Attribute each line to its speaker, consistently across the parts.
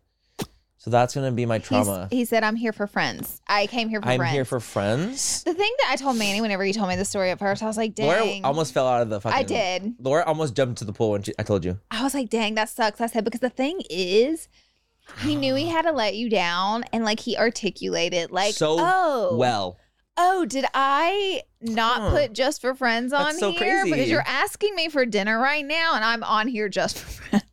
Speaker 1: So that's gonna be my
Speaker 2: He's-
Speaker 1: trauma.
Speaker 2: he said, "I'm here for friends. I came here for
Speaker 1: I'm
Speaker 2: friends."
Speaker 1: here for friends.
Speaker 2: the thing that I told Manny whenever he told me the story at first, I was like,
Speaker 1: Laura
Speaker 2: "Dang,
Speaker 1: almost fell out of the fucking.
Speaker 2: I did."
Speaker 1: Laura almost jumped into the pool when she, I told you.
Speaker 2: I was like, dang, that sucks. I said, because the thing is, he knew he had to let you down and like he articulated like
Speaker 1: So
Speaker 2: oh
Speaker 1: Well,
Speaker 2: oh did I not
Speaker 1: Huh.
Speaker 2: put just for friends on
Speaker 1: That's so
Speaker 2: here because
Speaker 1: crazy.
Speaker 2: you're asking me for dinner right now and I'm on here just for friends.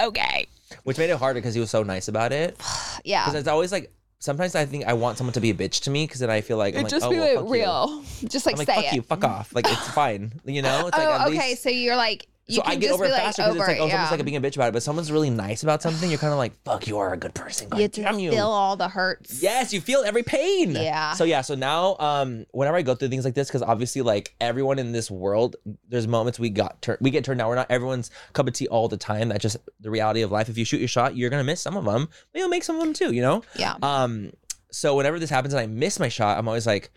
Speaker 2: okay.
Speaker 1: which made it harder because he was so nice about it.
Speaker 2: Yeah.
Speaker 1: Because it's always like sometimes I think I want someone to be a bitch to me because then I feel like I'm like, oh, well, fuck you."
Speaker 2: Just
Speaker 1: I'm like, fuck you, fuck off. Like it's fine. You know? It's like
Speaker 2: oh,
Speaker 1: at
Speaker 2: okay.
Speaker 1: least
Speaker 2: so you're like you
Speaker 1: so
Speaker 2: can
Speaker 1: I get
Speaker 2: just
Speaker 1: over
Speaker 2: be
Speaker 1: it
Speaker 2: like
Speaker 1: faster
Speaker 2: over
Speaker 1: it's like,
Speaker 2: it.
Speaker 1: oh,
Speaker 2: yeah.
Speaker 1: someone's like being a bitch about it. But someone's really nice about something, you're kind of like, fuck, you are a good person. God
Speaker 2: you
Speaker 1: damn
Speaker 2: just
Speaker 1: you.
Speaker 2: feel all the hurts.
Speaker 1: Yes, you feel every pain.
Speaker 2: Yeah.
Speaker 1: So yeah, so now um whenever I go through things like this, because obviously like everyone in this world, there's moments we got tur- we get turned down. We're not everyone's cup of tea all the time. That's just the reality of life. If you shoot your shot, you're gonna miss some of them, but you'll make some of them too, you know?
Speaker 2: Yeah.
Speaker 1: Um, so whenever this happens and I miss my shot, I'm always like,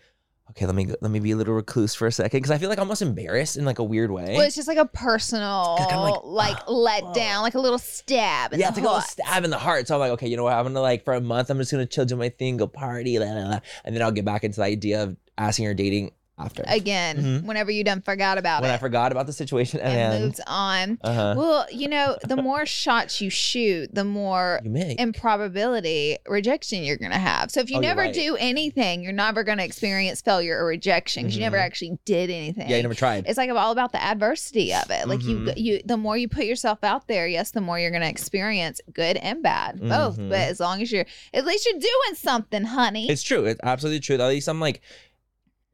Speaker 1: okay, let me go, let me be a little recluse for a second because I feel like almost embarrassed in like a weird way.
Speaker 2: Well, it's just like a personal,
Speaker 1: It's kinda like,
Speaker 2: like, let down, like a little stab. In
Speaker 1: yeah,
Speaker 2: the
Speaker 1: it's like a little
Speaker 2: heart.
Speaker 1: stab in the heart. So I'm like, okay, you know what? I'm gonna like for a month, I'm just gonna chill, do my thing, go party, la, la, la, and then I'll get back into the idea of asking or dating after
Speaker 2: Again,
Speaker 1: Mhm.
Speaker 2: whenever you done forgot about
Speaker 1: when I oh,
Speaker 2: it
Speaker 1: forgot about the situation and,
Speaker 2: and
Speaker 1: then
Speaker 2: moved on.
Speaker 1: uh-huh,
Speaker 2: Well, you know, the more shots you shoot, the more
Speaker 1: you make
Speaker 2: improbability rejection you're going to have. So if you
Speaker 1: Oh, you're
Speaker 2: never
Speaker 1: right.
Speaker 2: do anything, you're never going to experience failure or rejection because you never
Speaker 1: Mhm.
Speaker 2: actually did anything.
Speaker 1: yeah, you never tried.
Speaker 2: it's like all about the adversity of it. Like
Speaker 1: Mhm.
Speaker 2: you, you, the more you put yourself out there, yes, the more you're going to experience good and bad, both.
Speaker 1: Mhm.
Speaker 2: But as long as you're, at least you're doing something, honey.
Speaker 1: It's true. It's absolutely true. At least I'm like,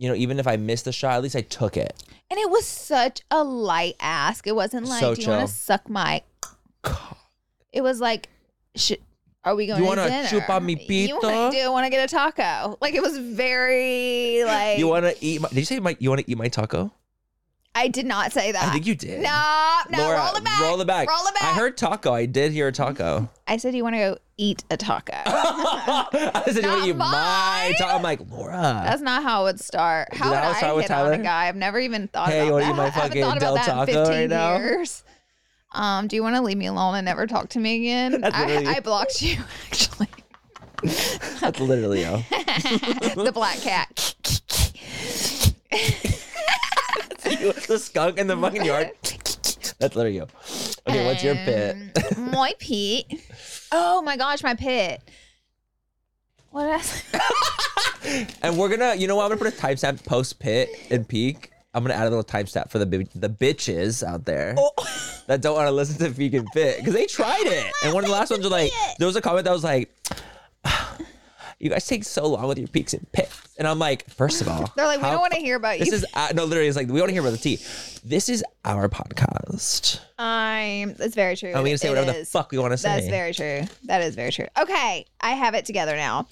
Speaker 1: you know, even if I missed the shot, at least I took it.
Speaker 2: And it was such a light ask. It wasn't like,
Speaker 1: So
Speaker 2: do you want
Speaker 1: chill.
Speaker 2: to suck my? It was like, sh- are we going?
Speaker 1: You
Speaker 2: want
Speaker 1: wanna
Speaker 2: to dinner?
Speaker 1: chupa mi
Speaker 2: You wanna,
Speaker 1: pito?
Speaker 2: do you want to get a taco? Like it was very like.
Speaker 1: You want to eat? My, did you say my? You want to eat my taco?
Speaker 2: I did not say that.
Speaker 1: I think you did.
Speaker 2: no, no,
Speaker 1: Laura,
Speaker 2: roll it back.
Speaker 1: Roll it back.
Speaker 2: Roll it back.
Speaker 1: I heard taco. I did hear a taco.
Speaker 2: I said, you want to go eat a taco?
Speaker 1: I said, you want
Speaker 2: Not
Speaker 1: to eat my
Speaker 2: mine.
Speaker 1: taco? I'm like, Laura.
Speaker 2: That's not how it would start. How
Speaker 1: Did
Speaker 2: would
Speaker 1: I
Speaker 2: I
Speaker 1: start with
Speaker 2: hit on a
Speaker 1: Tyler?
Speaker 2: guy? I've never even thought
Speaker 1: Hey, you
Speaker 2: about
Speaker 1: wanna
Speaker 2: that.
Speaker 1: eat my
Speaker 2: I haven't
Speaker 1: fucking
Speaker 2: thought about
Speaker 1: Del
Speaker 2: that in
Speaker 1: Taco
Speaker 2: 15
Speaker 1: right now?
Speaker 2: years. Um, do you want to leave me alone and never talk to me again?
Speaker 1: That's
Speaker 2: I,
Speaker 1: literally-
Speaker 2: I blocked you actually.
Speaker 1: That's literally you.
Speaker 2: the black cat.
Speaker 1: the skunk in the fucking yard. That's literally you. Okay, what's your pit?
Speaker 2: Um, my pit. Oh my gosh, my pit. What else?
Speaker 1: And we're gonna, you know what? I'm gonna put a timestamp post pit and peak. I'm gonna add a little timestamp for the bi- the bitches out there that don't want to listen to vegan fit because they tried it. And one of the last ones was like, there was a comment that was like, "You guys take so long with your peaks and pits." And I'm like, first of all,
Speaker 2: They're like, we
Speaker 1: how
Speaker 2: don't want to hear about
Speaker 1: This
Speaker 2: you.
Speaker 1: is uh, no, literally, it's like we want to hear about the tea. This is our podcast.
Speaker 2: I'm. That's very true.
Speaker 1: I'm gonna say
Speaker 2: It
Speaker 1: whatever
Speaker 2: is.
Speaker 1: the fuck we want to say.
Speaker 2: That's very true. That is very true. Okay, I have it together now.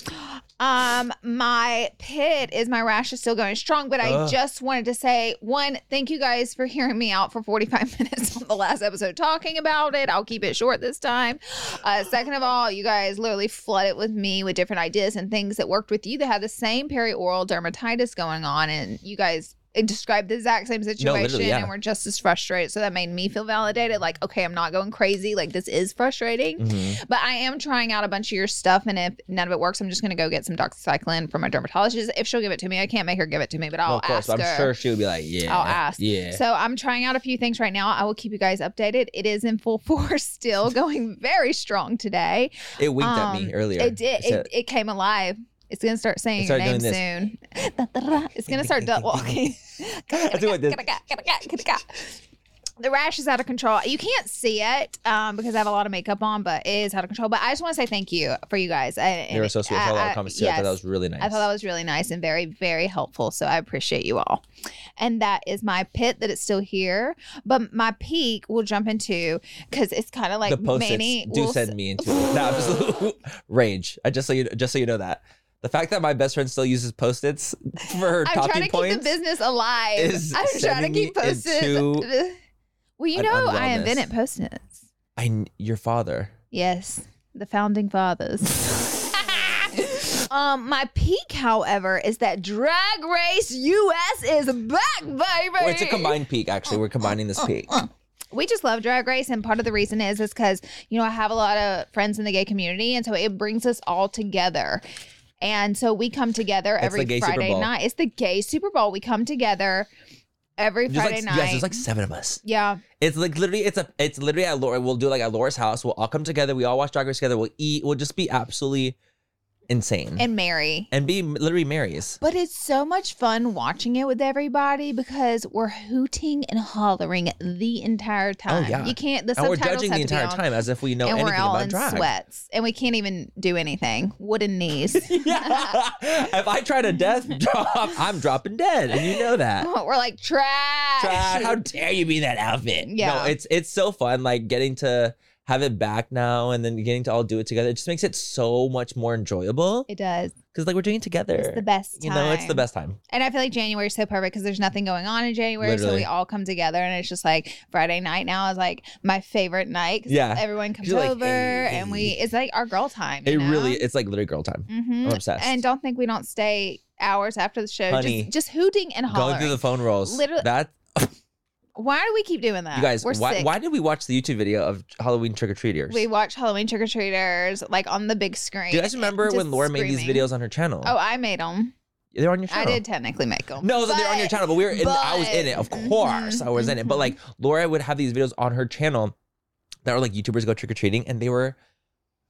Speaker 2: Um, my pit is my rash is still going strong, but I
Speaker 1: Ugh.
Speaker 2: just wanted to say one, thank you guys for hearing me out for 45 minutes on the last episode talking about it. I'll keep it short this time. Uh, second of all, you guys literally flooded with me with different ideas and things that worked with you that had the same perioral dermatitis going on, and you guys described the exact same situation
Speaker 1: yeah.
Speaker 2: and we're just as frustrated. So that made me feel validated. Like, okay, I'm not going crazy. Like, this is frustrating.
Speaker 1: Mhm.
Speaker 2: But I am trying out a bunch of your stuff, and if none of it works, I'm just going to go get some doxycycline from my dermatologist. If she'll give it to me, I can't make her give it to me, but I'll
Speaker 1: Well, of course,
Speaker 2: ask
Speaker 1: I'm
Speaker 2: her.
Speaker 1: sure she would be like, yeah,
Speaker 2: I'll ask.
Speaker 1: Yeah.
Speaker 2: So I'm trying out a few things right now. I will keep you guys updated. It is in full force, still going very strong today.
Speaker 1: it winked at me
Speaker 2: um,
Speaker 1: earlier.
Speaker 2: It did.
Speaker 1: said-
Speaker 2: It, it came alive. It's gonna start saying
Speaker 1: It
Speaker 2: your
Speaker 1: started
Speaker 2: name
Speaker 1: doing
Speaker 2: soon. It's gonna start duck walking.
Speaker 1: I do like this.
Speaker 2: The rash is out of control. You can't see it um, because I have a lot of makeup on, but it is out of control. But I just want to say thank you for you guys. I,
Speaker 1: They were so sweet. I saw a lot of comments too. I thought that
Speaker 2: yes.
Speaker 1: was really nice.
Speaker 2: I thought that was really nice and very, very helpful. So I appreciate you all. And that is my pit that it's still here. But my peak we'll jump into because it's kind of like
Speaker 1: the post
Speaker 2: Manny
Speaker 1: its do
Speaker 2: will
Speaker 1: send me into it. No, absolute rage. I just so you just so you know that the fact that my best friend still uses post its for her
Speaker 2: I'm trying
Speaker 1: talking
Speaker 2: to keep
Speaker 1: points.
Speaker 2: the business alive.
Speaker 1: is
Speaker 2: I'm trying to
Speaker 1: sending
Speaker 2: keep
Speaker 1: me
Speaker 2: post-its.
Speaker 1: into
Speaker 2: Well, you
Speaker 1: an
Speaker 2: know, I
Speaker 1: unwellness.
Speaker 2: invented post-its.
Speaker 1: I kn- your father.
Speaker 2: Yes, the founding fathers. um, my peak, however, is that Drag Race US is back, baby.
Speaker 1: Well, Oh, it's a combined peak. Actually, we're combining this peak.
Speaker 2: we just love drag race and part of the reason is is because you know i have a lot of friends in the gay community and so it brings us all together and so we come together
Speaker 1: It's
Speaker 2: every
Speaker 1: the gay Super
Speaker 2: friday
Speaker 1: Bowl.
Speaker 2: night it's the gay super bowl we come together every
Speaker 1: There's
Speaker 2: friday
Speaker 1: like,
Speaker 2: night
Speaker 1: Yes, there's like seven of us.
Speaker 2: yeah
Speaker 1: It's like literally, it's a, it's literally at Laura. We'll do like at Laura's house. We'll all come together. We all watch Drag Race together. We'll eat. We'll just be absolutely insane and,
Speaker 2: and mary
Speaker 1: be literally Marys.
Speaker 2: but it's so much fun watching it with everybody because we're hooting and hollering the entire time.
Speaker 1: Oh, yeah.
Speaker 2: You can't. The
Speaker 1: And we're
Speaker 2: subtitles
Speaker 1: judging
Speaker 2: have
Speaker 1: the
Speaker 2: to be
Speaker 1: entire
Speaker 2: on,
Speaker 1: time as if we know
Speaker 2: and
Speaker 1: anything
Speaker 2: we're all
Speaker 1: about
Speaker 2: in
Speaker 1: drag.
Speaker 2: sweats, and we can't even do anything. Wooden knees.
Speaker 1: yeah. if I try to death drop, I'm dropping dead, and you know that.
Speaker 2: We're like trash.
Speaker 1: Drag, how dare you be in that outfit?
Speaker 2: Yeah.
Speaker 1: no, it's it's so fun. Like getting to have it back now, and then getting to all do it together. It just makes it so much more enjoyable
Speaker 2: It does.
Speaker 1: because like we're doing it together.
Speaker 2: It's the best
Speaker 1: You
Speaker 2: time.
Speaker 1: know, it's the best time.
Speaker 2: And I feel like January is so perfect because there's nothing going on in January, so we
Speaker 1: Literally.
Speaker 2: all come together, and it's just like Friday night now is like my favorite night. 'cause uh,
Speaker 1: Yeah.
Speaker 2: everyone comes
Speaker 1: You're like,
Speaker 2: over,
Speaker 1: "Hey."
Speaker 2: and we it's like our girl time.
Speaker 1: It really, Oh, it's like literally girl time.
Speaker 2: Mm-hmm.
Speaker 1: I'm obsessed.
Speaker 2: And don't think we don't stay hours after the show,
Speaker 1: Honey,
Speaker 2: just just hooting and
Speaker 1: Going
Speaker 2: hollering.
Speaker 1: through the phone rolls.
Speaker 2: Literally-
Speaker 1: that
Speaker 2: why do we keep doing that?
Speaker 1: you guys.
Speaker 2: we're
Speaker 1: Why,
Speaker 2: sick.
Speaker 1: why did we watch the YouTube video of Halloween trick or treaters?
Speaker 2: we watch Halloween trick or treaters like on the big screen.
Speaker 1: Do you guys remember
Speaker 2: just
Speaker 1: when Laura made these
Speaker 2: screaming.
Speaker 1: videos on her channel?
Speaker 2: Oh, I made them.
Speaker 1: they're on your
Speaker 2: I
Speaker 1: channel.
Speaker 2: did technically make them.
Speaker 1: No, so they're on your channel, but we were in. I was in it, of
Speaker 2: but- mhm,
Speaker 1: course. I was in it, but
Speaker 2: mhm.
Speaker 1: like Laura would have these videos on her channel that were like YouTubers go trick or treating, and they were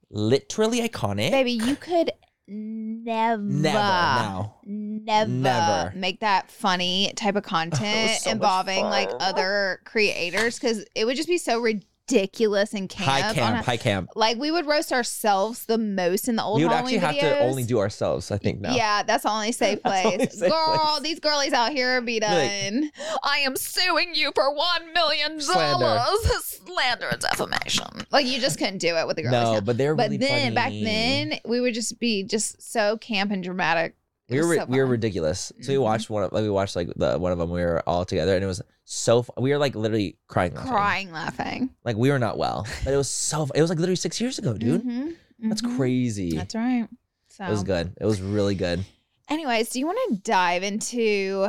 Speaker 1: literally iconic.
Speaker 2: Baby, you could never,
Speaker 1: never now.
Speaker 2: never,
Speaker 1: Never.
Speaker 2: make that funny type of content
Speaker 1: so much
Speaker 2: involving like
Speaker 1: fun.
Speaker 2: other creators because it would just be so ridiculous and camp.
Speaker 1: High
Speaker 2: on a-
Speaker 1: camp, high camp.
Speaker 2: like we would roast ourselves the most in the old
Speaker 1: We would
Speaker 2: Halloween
Speaker 1: actually have to
Speaker 2: videos.
Speaker 1: only do ourselves, I think. Now,
Speaker 2: Yeah, that's the only safe
Speaker 1: That's
Speaker 2: place.
Speaker 1: the only safe
Speaker 2: Girl,
Speaker 1: place.
Speaker 2: these girlies out here be done. I am suing you for one million
Speaker 1: Slander.
Speaker 2: dollars. Slander and defamation. Like you just couldn't do it with the girlies. now.
Speaker 1: no, but they're
Speaker 2: But
Speaker 1: really
Speaker 2: then
Speaker 1: funny.
Speaker 2: back then we would just be just so camp and dramatic. It
Speaker 1: we
Speaker 2: was
Speaker 1: were
Speaker 2: so
Speaker 1: we were
Speaker 2: fun.
Speaker 1: ridiculous. So we
Speaker 2: Mhm.
Speaker 1: watched one of like we watched like the one of them. We were all together, and it was so fu- we were like literally crying, laughing.
Speaker 2: crying laughing.
Speaker 1: Like we were not well, but it was so. fu- It was like literally six years ago, dude.
Speaker 2: Mhm,
Speaker 1: That's
Speaker 2: mhm.
Speaker 1: crazy.
Speaker 2: That's right. So
Speaker 1: It was good. It was really good.
Speaker 2: anyways, do you want to dive into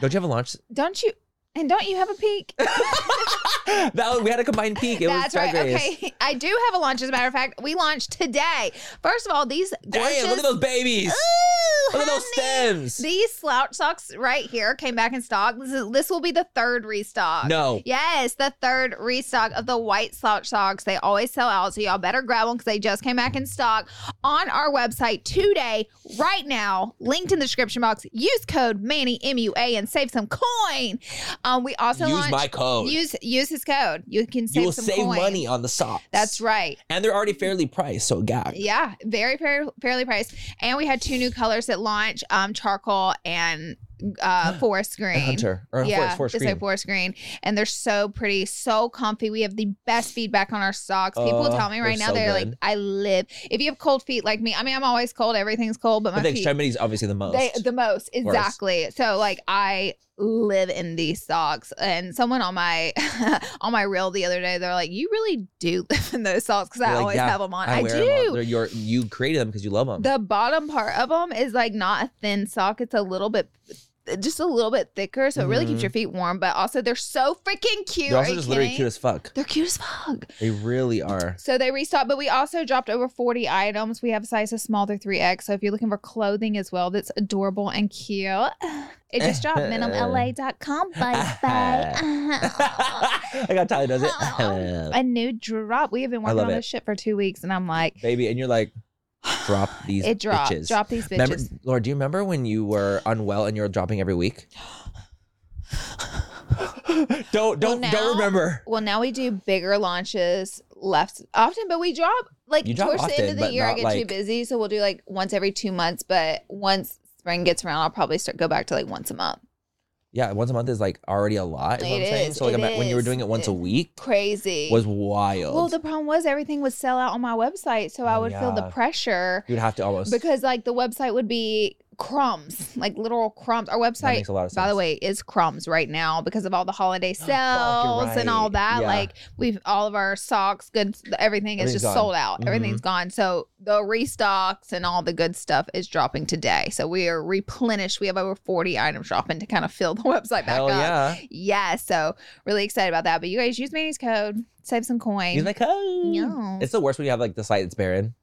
Speaker 1: Don't you have a launch?
Speaker 2: don't you and don't you have a peek?
Speaker 1: that was, we had a combined peak. It was
Speaker 2: That's
Speaker 1: Drag
Speaker 2: right.
Speaker 1: Race.
Speaker 2: Okay. I do have a launch, as a matter of fact. We launched today. First of all, these gorgeous
Speaker 1: Damn! Look at those babies.
Speaker 2: Ooh,
Speaker 1: look at those
Speaker 2: honey.
Speaker 1: stems.
Speaker 2: These slouch socks right here came back in stock. This is this will be the third restock.
Speaker 1: no,
Speaker 2: Yes, the third restock of the white slouch socks. They always sell out, so y'all better grab one because they just came back in stock on our website today, right now. Linked in the description box. Use code Manny M U A and save some coin. Um, we also
Speaker 1: use
Speaker 2: launched-
Speaker 1: my code.
Speaker 2: Use use his code. You can save
Speaker 1: you will
Speaker 2: some
Speaker 1: save
Speaker 2: coin.
Speaker 1: money on the socks.
Speaker 2: That's right.
Speaker 1: And they're already fairly priced, so gap.
Speaker 2: Yeah, very fair, fairly priced. And we had two new colors at launch: um, charcoal and uh, forest green.
Speaker 1: And Hunter or
Speaker 2: yeah,
Speaker 1: yeah, force,
Speaker 2: just like
Speaker 1: green.
Speaker 2: forest green, and they're so pretty, so comfy. We have the best feedback on our socks. People
Speaker 1: Oh,
Speaker 2: tell me right
Speaker 1: they're
Speaker 2: now
Speaker 1: so
Speaker 2: they're like,
Speaker 1: good.
Speaker 2: "I live." If you have cold feet like me, I mean, I'm always cold. Everything's cold, but my
Speaker 1: But the
Speaker 2: feet.
Speaker 1: extremities obviously the most.
Speaker 2: They the most
Speaker 1: Worse.
Speaker 2: exactly. So like I live in these socks, and someone on my on my reel the other day, they're like, "You really do live in those socks," because I
Speaker 1: You're like,
Speaker 2: always
Speaker 1: "Yeah,
Speaker 2: have them on. I,
Speaker 1: I, wear
Speaker 2: do.
Speaker 1: Them. all. They're your, you created them because you love them.
Speaker 2: The bottom part of them is like not a thin sock; it's a little bit just a little bit thicker, so it really
Speaker 1: Mhm.
Speaker 2: keeps your feet warm. But also, they're so freaking cute.
Speaker 1: They're
Speaker 2: Are
Speaker 1: also
Speaker 2: you
Speaker 1: just literally
Speaker 2: kidding?
Speaker 1: cute as fuck.
Speaker 2: They're cute as fuck.
Speaker 1: They really are.
Speaker 2: So they restocked, but we also dropped over 40 items. We have sizes small through 3X. So if you're looking for clothing as well that's adorable and cute, it just dropped minimla.com. Bye bye.
Speaker 1: I got Tyler does it.
Speaker 2: A new drop. We have been working
Speaker 1: love
Speaker 2: on
Speaker 1: it.
Speaker 2: this shit for two weeks, and I'm like,
Speaker 1: Baby, and you're like, drop these
Speaker 2: it dropped.
Speaker 1: bitches.
Speaker 2: Drop these bitches.
Speaker 1: Remember, Lord, do you remember when you were unwell and you were dropping every week? don't don't
Speaker 2: now-
Speaker 1: don't remember.
Speaker 2: Well, now we do bigger launches left often, but we drop like
Speaker 1: You drop
Speaker 2: towards the end
Speaker 1: often,
Speaker 2: of the
Speaker 1: but
Speaker 2: year. I
Speaker 1: not,
Speaker 2: get too
Speaker 1: like-
Speaker 2: busy, so we'll do like once every two months. But once spring gets around, I'll probably start go back to like once a month.
Speaker 1: Yeah, once a month is like already a lot. Is what
Speaker 2: It
Speaker 1: I'm saying.
Speaker 2: is,
Speaker 1: So like
Speaker 2: it
Speaker 1: ima- when you were
Speaker 2: is.
Speaker 1: doing it once
Speaker 2: It-
Speaker 1: a week
Speaker 2: Crazy.
Speaker 1: was wild. Oh,
Speaker 2: well, the problem was everything would sell out on my website, so I would feel the
Speaker 1: Yeah.
Speaker 2: pressure
Speaker 1: You'd have to almost
Speaker 2: because like the website would be crumbs, like literal crumbs. Our
Speaker 1: that
Speaker 2: website
Speaker 1: makes a lot of sense.
Speaker 2: by the way, is crumbs right now because of all the holiday
Speaker 1: you're
Speaker 2: sales and all
Speaker 1: right.
Speaker 2: that.
Speaker 1: Yeah.
Speaker 2: Like we've all of our socks, goods, everything is
Speaker 1: Everything's
Speaker 2: just
Speaker 1: gone.
Speaker 2: sold out.
Speaker 1: Mhm.
Speaker 2: Everything's gone. So the restocks and all the good stuff is dropping today. So we are replenished. We have over 40 items dropping to kind of fill the website back
Speaker 1: Hell
Speaker 2: up.
Speaker 1: yeah.
Speaker 2: Yeah, so really excited about that. But you guys use Manny's code, save some coin.
Speaker 1: He's like, oh.
Speaker 2: No.
Speaker 1: It's the worst when you have like the site that's barren.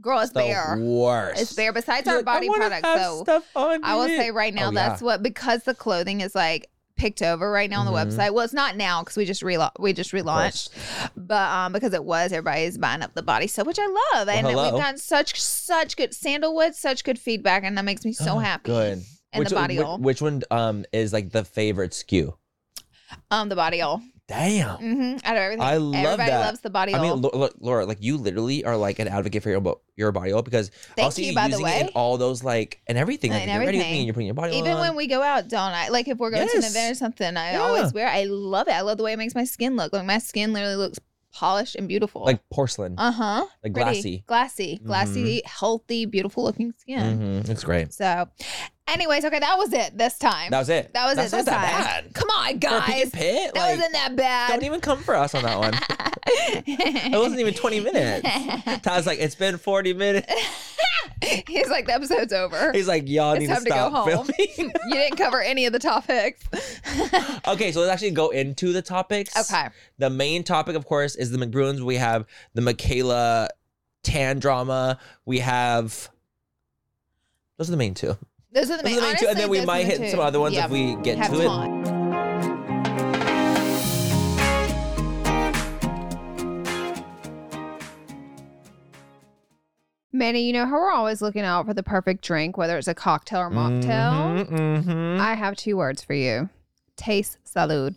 Speaker 2: Girl, it's
Speaker 1: It's the
Speaker 2: bare.
Speaker 1: worst.
Speaker 2: It's bare. Besides
Speaker 1: You're
Speaker 2: our
Speaker 1: like,
Speaker 2: body
Speaker 1: I wanna
Speaker 2: products,
Speaker 1: have
Speaker 2: though.
Speaker 1: Stuff on
Speaker 2: I will
Speaker 1: it.
Speaker 2: say right now,
Speaker 1: Oh,
Speaker 2: that's what because the clothing is like picked over right now on the
Speaker 1: Mhm.
Speaker 2: website. Well, it's not now because we just rela- we just
Speaker 1: Of course.
Speaker 2: relaunched, but um because it was everybody's buying up the body soap, which I love, and
Speaker 1: hello.
Speaker 2: we've gotten such such good sandalwood, such good feedback, and that makes me so
Speaker 1: Oh,
Speaker 2: happy.
Speaker 1: Good.
Speaker 2: And
Speaker 1: which,
Speaker 2: the body
Speaker 1: which,
Speaker 2: oil,
Speaker 1: which one um is like the favorite skew?
Speaker 2: um, the body oil.
Speaker 1: Damn.
Speaker 2: hmm Out of everything,
Speaker 1: I love
Speaker 2: everybody
Speaker 1: that.
Speaker 2: loves the body oil.
Speaker 1: I mean, look, look, Laura, like you literally are like an advocate for your bo- your body oil because I'll
Speaker 2: Thank
Speaker 1: see
Speaker 2: you,
Speaker 1: you
Speaker 2: by the
Speaker 1: using it
Speaker 2: way.
Speaker 1: in all those like and everything. Like
Speaker 2: And
Speaker 1: you're ready with
Speaker 2: everything.
Speaker 1: me and you're putting your body oil
Speaker 2: Even
Speaker 1: on.
Speaker 2: when we go out, don't I? Like if we're going to an
Speaker 1: Yes.
Speaker 2: event or something, I
Speaker 1: Yeah.
Speaker 2: always wear. I love it. I love the way it makes my skin look. Like my skin literally looks polished and beautiful.
Speaker 1: like porcelain,
Speaker 2: Uh huh.
Speaker 1: like glassy.
Speaker 2: Glassy. Glassy, healthy, beautiful looking skin.
Speaker 1: Mm-hmm. It's great.
Speaker 2: So, anyways, okay, that was it this time.
Speaker 1: That was it.
Speaker 2: That was
Speaker 1: That's
Speaker 2: it
Speaker 1: not
Speaker 2: this
Speaker 1: that
Speaker 2: time.
Speaker 1: bad.
Speaker 2: Come on,
Speaker 1: For a Pink
Speaker 2: guys.
Speaker 1: and Pit,
Speaker 2: That
Speaker 1: like,
Speaker 2: wasn't that bad.
Speaker 1: don't even come for us on that one.
Speaker 2: it
Speaker 1: It wasn't even 20 minutes. Todd's like, it's been 40 minutes.
Speaker 2: He's like, the episode's over.
Speaker 1: He's like, y'all
Speaker 2: It's
Speaker 1: need to
Speaker 2: time to go
Speaker 1: stop
Speaker 2: home.
Speaker 1: filming.
Speaker 2: you didn't cover any of the topics.
Speaker 1: okay, so let's actually go into the topics.
Speaker 2: okay.
Speaker 1: The main topic, of course, is the McBruins. We have the Michaela Tan drama. We have. Those are the main two.
Speaker 2: Those are the
Speaker 1: Those
Speaker 2: main,
Speaker 1: are the main two. And
Speaker 2: honestly,
Speaker 1: then we
Speaker 2: those are
Speaker 1: might
Speaker 2: the
Speaker 1: hit
Speaker 2: two.
Speaker 1: some other ones
Speaker 2: Yeah.
Speaker 1: if we get
Speaker 2: Have
Speaker 1: to it.
Speaker 2: time. Manny, you know how we're always looking out for the perfect drink, whether it's a cocktail or mocktail?
Speaker 1: Mhm, mhm.
Speaker 2: I have two words for you. Taste salud.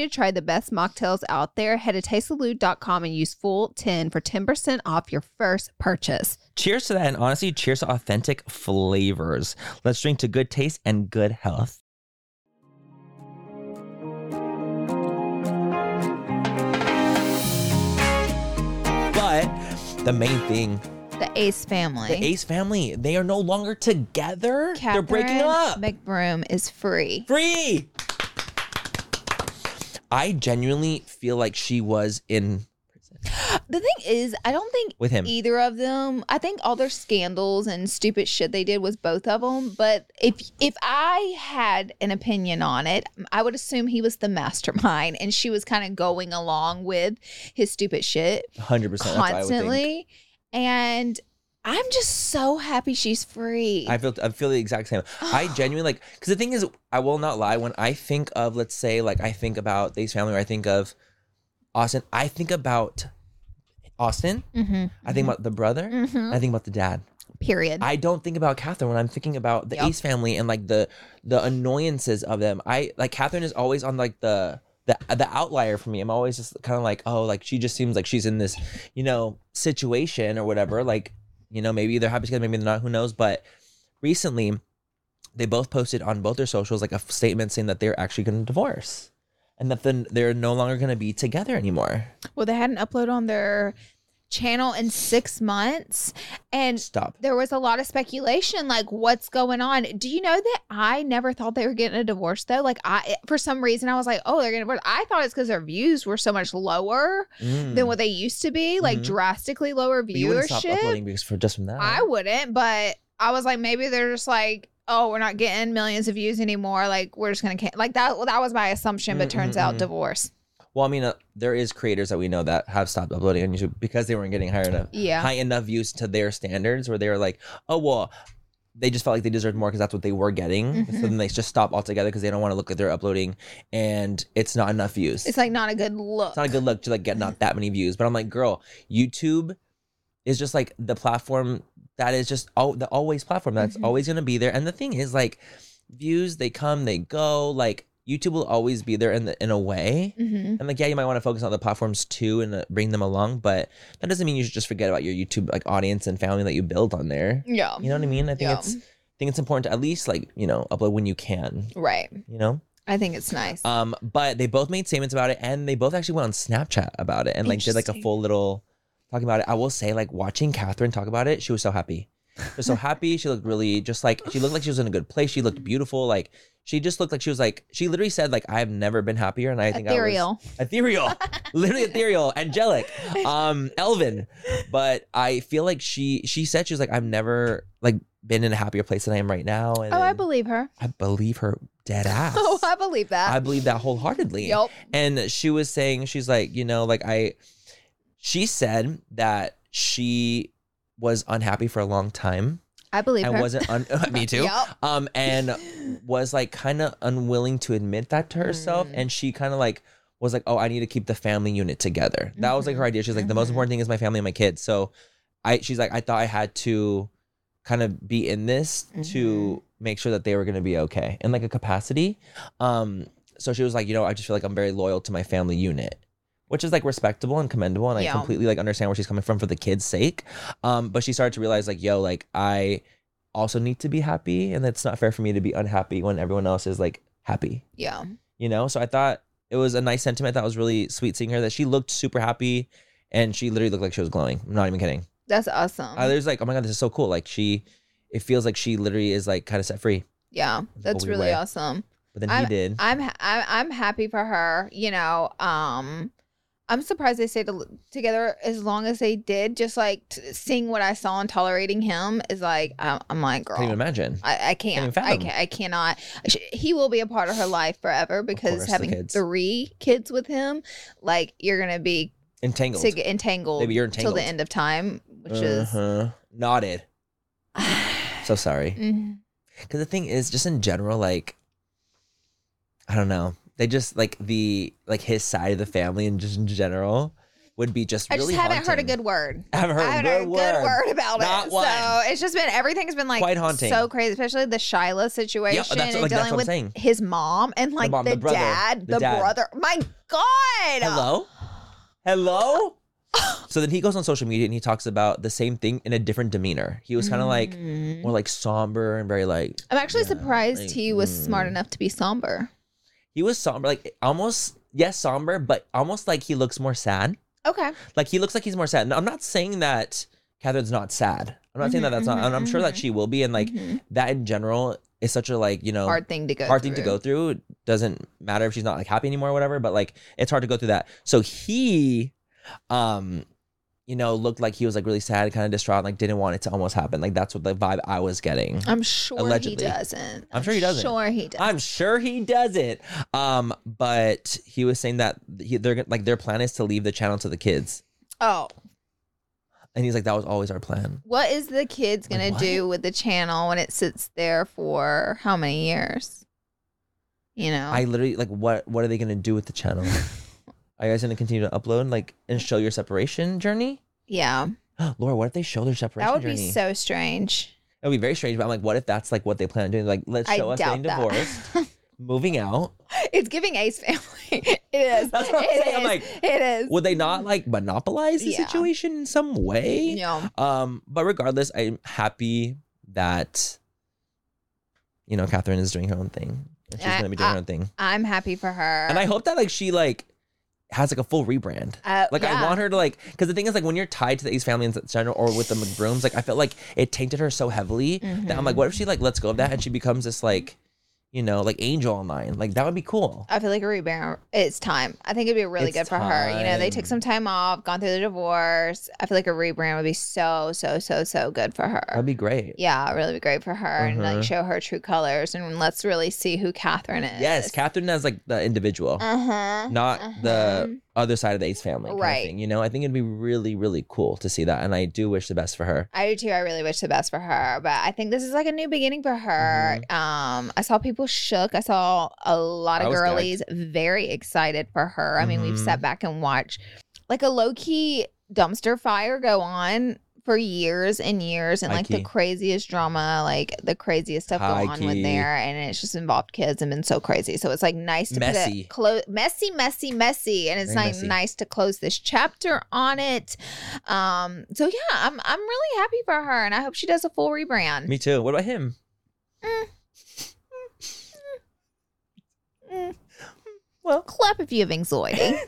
Speaker 2: to try the best mocktails out there, head to tastesalud.com and use full 10 for 10% off your first purchase.
Speaker 1: Cheers to that, and honestly, cheers to authentic flavors. Let's drink to good taste and good health. But the main thing,
Speaker 2: The Ace family.
Speaker 1: the Ace family, they are no longer together. They're breaking
Speaker 2: Catherine
Speaker 1: up.
Speaker 2: McBroom is free.
Speaker 1: Free. I genuinely feel like she was in
Speaker 2: The thing is, I don't think
Speaker 1: with him.
Speaker 2: either of them. I think all their scandals and stupid shit they did was both of them. But if if I had an opinion on it, I would assume he was the mastermind and she was kind of going along with his stupid shit
Speaker 1: 100%. That's what I would think.
Speaker 2: constantly. And I'm just so happy she's free.
Speaker 1: I feel I feel the exact same. I genuinely like because the thing is, I will not lie. When I think of, let's say, like I think about Dave's family, or I think of Austin, I think about Austin.
Speaker 2: Mm-hmm.
Speaker 1: I think about the brother.
Speaker 2: Mhm.
Speaker 1: I think about the dad.
Speaker 2: Period.
Speaker 1: I don't think about Catherine when I'm thinking about the
Speaker 2: Yep.
Speaker 1: Ace family and like the the annoyances of them. I like Catherine is always on like the the the outlier for me. I'm always just kind of like, oh, like she just seems like she's in this, you know, situation or whatever. Like, you know, maybe they're happy together, maybe they're not. Who knows? But recently, they both posted on both their socials like a f- statement saying that they're actually going to divorce and that then they're no longer going to be together anymore.
Speaker 2: well, they hadn't uploaded on their channel in six months, and
Speaker 1: Stop.
Speaker 2: there was a lot of speculation like what's going on do you know that i never thought they were getting a divorce though like i for some reason i was like oh they're gonna divorce i thought it's because their views were so much lower than
Speaker 1: Mm.
Speaker 2: what they used to be like
Speaker 1: Mhm.
Speaker 2: drastically lower
Speaker 1: But you wouldn't stop
Speaker 2: viewership
Speaker 1: uploading because for just from that.
Speaker 2: i wouldn't but i was like maybe they're just like oh we're not getting millions of views anymore like we're just gonna can-. like that well, that was my assumption but
Speaker 1: Mm,
Speaker 2: turns
Speaker 1: mm,
Speaker 2: out
Speaker 1: mm.
Speaker 2: divorce
Speaker 1: Well, I mean, uh, there is creators that we know that have stopped uploading on YouTube because they weren't getting high enough,
Speaker 2: yeah
Speaker 1: high enough views to their standards, where they were like, "Oh well," they just felt like they deserved more because that's what they were getting.
Speaker 2: Mhm.
Speaker 1: So then they just stop altogether because they don't want to look at their uploading, and it's not enough views.
Speaker 2: it's like not a good look
Speaker 1: It's not a good look to like get not that many views. But I'm like, girl, YouTube is just like the platform that is just all the always platform that's
Speaker 2: Mhm.
Speaker 1: always gonna be there. And the thing is, like, views they come, they go. Like YouTube will always be there in the, in a way.
Speaker 2: Mhm.
Speaker 1: And like, yeah, you might want to focus on the platforms too and uh, bring them along, but that doesn't mean you should just forget about your YouTube like audience and family that you build on there.
Speaker 2: yeah
Speaker 1: You know what I mean? I think
Speaker 2: Yeah.
Speaker 1: it's I think it's important to at least like you know upload when you can.
Speaker 2: right
Speaker 1: You know,
Speaker 2: i think it's nice
Speaker 1: um, but they both made statements about it, and they both actually went on Snapchat about it and like did like a
Speaker 2: Interesting.
Speaker 1: full little talking about it. I will say, like watching Catherine talk about it, she was so happy. She was so happy. She looked really just like she looked like she was in a good place. She looked beautiful. Like she just looked like she was like she literally said like I've never been happier, and I think I was
Speaker 2: E, ethereal
Speaker 1: ethereal, literally ethereal, angelic, um, Elvin. But I feel like she she said she was like I've never like been in a happier place than I am right now. And
Speaker 2: oh i
Speaker 1: then
Speaker 2: believe her
Speaker 1: I believe her dead ass.
Speaker 2: Oh, I believe that.
Speaker 1: I believe that wholeheartedly.
Speaker 2: Yup.
Speaker 1: And she was saying she's like you know like I, she said that she was unhappy for a long time
Speaker 2: I believe
Speaker 1: and
Speaker 2: her.
Speaker 1: wasn't un- me too
Speaker 2: Yup.
Speaker 1: um and was like kind of unwilling to admit that to herself
Speaker 2: Mm.
Speaker 1: and she kind of like was like oh i need to keep the family unit together that was like her idea she's like the most
Speaker 2: Mhm.
Speaker 1: important thing is my family and my kids so i she's like i thought i had to kind of be in this to make sure that they were going to be okay in like a capacity um so she was like you know i just feel like i'm very loyal to my family unit which is like respectable and commendable and i
Speaker 2: Yeah.
Speaker 1: completely like understand where she's coming from for the kids sake um but she started to realize like yo like i also need to be happy and it's not fair for me to be unhappy when everyone else is like happy
Speaker 2: Yeah.
Speaker 1: you know so i thought it was a nice sentiment that was really sweet seeing her that she looked super happy and she literally looked like she was glowing i'm not even kidding
Speaker 2: That's awesome.
Speaker 1: i was like oh my god this is so cool like she it feels like she literally is like kind of set free
Speaker 2: yeah. That's
Speaker 1: we
Speaker 2: really
Speaker 1: were.
Speaker 2: awesome.
Speaker 1: but then
Speaker 2: I'm-
Speaker 1: he did
Speaker 2: I'm ha- I- I'm happy for her, you know. Um I'm surprised they stayed al- together as long as they did. Just like t- seeing what I saw and tolerating him is like I'm, I'm like
Speaker 1: can't even
Speaker 2: girl.
Speaker 1: imagine
Speaker 2: I, I
Speaker 1: even
Speaker 2: can't. I,
Speaker 1: fathom.
Speaker 2: can't. I cannot. Sh- He will be a part of her life forever because
Speaker 1: course, the
Speaker 2: having
Speaker 1: kids.
Speaker 2: three kids with him, like you're gonna be
Speaker 1: entangled
Speaker 2: to get entangled
Speaker 1: Baby, you're
Speaker 2: till the
Speaker 1: entangled.
Speaker 2: end of time, which
Speaker 1: uh-huh. nodded
Speaker 2: is
Speaker 1: so sorry
Speaker 2: Mhm.
Speaker 1: Because the thing is, just in general, like, I don't know. They just like the like his side of the family and just in general would be just.
Speaker 2: I
Speaker 1: really
Speaker 2: just haven't heard a
Speaker 1: haunting.
Speaker 2: good word.
Speaker 1: I haven't heard,
Speaker 2: I haven't
Speaker 1: a
Speaker 2: heard a
Speaker 1: good
Speaker 2: good
Speaker 1: word.
Speaker 2: word about
Speaker 1: Not
Speaker 2: it.
Speaker 1: one.
Speaker 2: So it's just been everything's been like
Speaker 1: Quite haunting.
Speaker 2: so crazy, especially the Shiloh situation
Speaker 1: Yeah, that's, like,
Speaker 2: and
Speaker 1: that's
Speaker 2: dealing
Speaker 1: what I'm
Speaker 2: with
Speaker 1: saying.
Speaker 2: his mom and like the,
Speaker 1: mom, the brother,
Speaker 2: dad, the,
Speaker 1: the dad.
Speaker 2: brother. My God.
Speaker 1: Hello, hello. so then he goes on social media and he talks about the same thing in a different demeanor. He was kind of like
Speaker 2: Mm.
Speaker 1: more like somber and very like
Speaker 2: I'm actually
Speaker 1: Yeah,
Speaker 2: surprised
Speaker 1: like,
Speaker 2: he was smart
Speaker 1: mm.
Speaker 2: enough to be somber.
Speaker 1: he was somber, like almost yes somber, but almost like he looks more sad.
Speaker 2: Okay.
Speaker 1: Like he looks like he's more sad. And I'm not saying that Catherine's not sad. I'm not saying that
Speaker 2: Mhm,
Speaker 1: that's
Speaker 2: mhm,
Speaker 1: not. And I'm sure that
Speaker 2: mhm.
Speaker 1: she will be. And like
Speaker 2: Mhm.
Speaker 1: that in general is such a like you know
Speaker 2: hard thing to go.
Speaker 1: hard thing to go through. It doesn't matter if she's not like happy anymore or whatever. But like it's hard to go through that. So he, um, you know, looked like he was like really sad, kind of distraught, and, like didn't want it to almost happen. Like that's what the vibe I was getting.
Speaker 2: I'm sure
Speaker 1: Allegedly.
Speaker 2: he doesn't.
Speaker 1: I'm sure he doesn't.
Speaker 2: Sure he does.
Speaker 1: I'm sure he doesn't. Um, but he was saying that he, they're like their plan is to leave the channel to the kids.
Speaker 2: oh.
Speaker 1: And he's like, that was always our plan.
Speaker 2: What is the kids
Speaker 1: Like,
Speaker 2: gonna
Speaker 1: what?
Speaker 2: do with the channel when it sits there for how many years? You know,
Speaker 1: I literally like, what what are they gonna do with the channel? are you guys gonna continue to upload like and show your separation journey?
Speaker 2: yeah,
Speaker 1: Laura, what if they show their separation
Speaker 2: that would
Speaker 1: journey?
Speaker 2: be so strange.
Speaker 1: It would be very strange, but I'm like, what if that's like what they plan on doing? Like, let's
Speaker 2: I
Speaker 1: show us
Speaker 2: doubt
Speaker 1: getting
Speaker 2: that.
Speaker 1: divorced, moving out.
Speaker 2: it's giving Ace Family. it is.
Speaker 1: That's what I'm
Speaker 2: It
Speaker 1: saying. I'm
Speaker 2: is.
Speaker 1: like,
Speaker 2: it is.
Speaker 1: Would they not like monopolize the
Speaker 2: Yeah.
Speaker 1: situation in some way?
Speaker 2: Yeah.
Speaker 1: Um, but regardless, I'm happy that you know Catherine is doing her own thing. And she's
Speaker 2: I-
Speaker 1: gonna be doing
Speaker 2: I-
Speaker 1: her own thing,
Speaker 2: I'm happy for her.
Speaker 1: and I hope that like she like has like a full rebrand.
Speaker 2: Uh,
Speaker 1: Like I
Speaker 2: yeah.
Speaker 1: want her to like, because the thing is like when you're tied to the Ace family in general or with the McBrooms, like I felt like it tainted her so heavily that
Speaker 2: Mm-hmm.
Speaker 1: I'm like, what if she like lets go of that and she becomes this like, you know, like angel online? Like that would be cool.
Speaker 2: I feel like a rebound. It's time. I think it'd be really
Speaker 1: It's
Speaker 2: good for her. You know, they took
Speaker 1: time.
Speaker 2: some time off, gone through the divorce. I feel like a rebrand would be so, so, so, so good for her.
Speaker 1: That'd be great.
Speaker 2: yeah, really be great for her and
Speaker 1: Uh-huh.
Speaker 2: like show her true colors and let's really see who Catherine is.
Speaker 1: Yes, Catherine as like the individual,
Speaker 2: Uh huh.
Speaker 1: not the other side of the Ace family. Kind
Speaker 2: Uh-huh. Right.
Speaker 1: Of thing, you know, I think it'd be really, really cool to see that, and I do wish the best for her.
Speaker 2: I do too. I really wish the best for her, but I think this is like a new beginning for her.
Speaker 1: Mm-hmm.
Speaker 2: Um, I saw people shook. I saw a lot
Speaker 1: I
Speaker 2: of
Speaker 1: was gagged.
Speaker 2: girlies very excited for her. I mean, we've
Speaker 1: Mhm.
Speaker 2: sat back and watched like a low key dumpster fire go on for years and years, and like the
Speaker 1: High-key.
Speaker 2: craziest drama, like the craziest stuff go on with
Speaker 1: High-key.
Speaker 2: there, and it's just involved kids and been so crazy. So it's like nice to
Speaker 1: Messy.
Speaker 2: close messy, messy, messy, and it's
Speaker 1: Very
Speaker 2: like
Speaker 1: messy.
Speaker 2: nice to close this chapter on it. Um, so yeah, I'm I'm really happy for her, and I hope she does a full rebrand.
Speaker 1: Me too. What about him?
Speaker 2: well, clap if you have anxiety.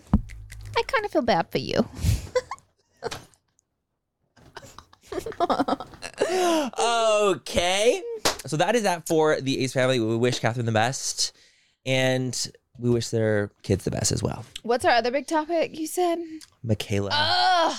Speaker 2: I kind of feel bad for you.
Speaker 1: okay. So that is that for the Ace family. We wish Catherine the best, and we wish their kids the best as well.
Speaker 2: What's our other big topic? You said.
Speaker 1: Michaela,
Speaker 2: Uh, Ugh.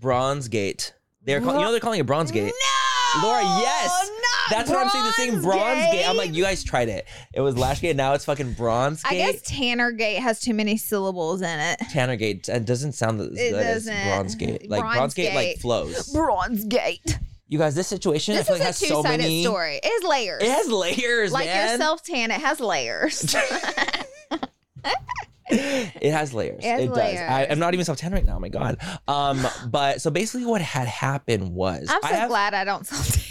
Speaker 1: Bronze Gate. They're call- you know they're calling it Uh, Bronze Gate.
Speaker 2: No.
Speaker 1: Laura, yes!
Speaker 2: Not
Speaker 1: That's what I'm saying. This thing, Bronze Gate. I'm like, you guys tried it. It was Lash Gate. Now it's fucking Bronze Gate.
Speaker 2: I guess Tanner Gate has too many syllables in it.
Speaker 1: Tanner Gate. It doesn't sound as
Speaker 2: It
Speaker 1: good as
Speaker 2: doesn't.
Speaker 1: Bronze Gate. Like
Speaker 2: Bronze
Speaker 1: Bronze, Gate, like
Speaker 2: Gate.
Speaker 1: flows.
Speaker 2: Bronze Gate.
Speaker 1: You guys, this situation
Speaker 2: This
Speaker 1: I feel
Speaker 2: is
Speaker 1: like
Speaker 2: a
Speaker 1: has so
Speaker 2: two-sided
Speaker 1: many.
Speaker 2: story. It has layers.
Speaker 1: It has layers,
Speaker 2: like
Speaker 1: man.
Speaker 2: yourself, Tan. It has layers.
Speaker 1: it has layers.
Speaker 2: It has
Speaker 1: does. I,
Speaker 2: layers.
Speaker 1: I'm not even self tan right now. Oh my god. Um, but so basically, what had happened was
Speaker 2: I'm so
Speaker 1: I have-
Speaker 2: glad I don't self tan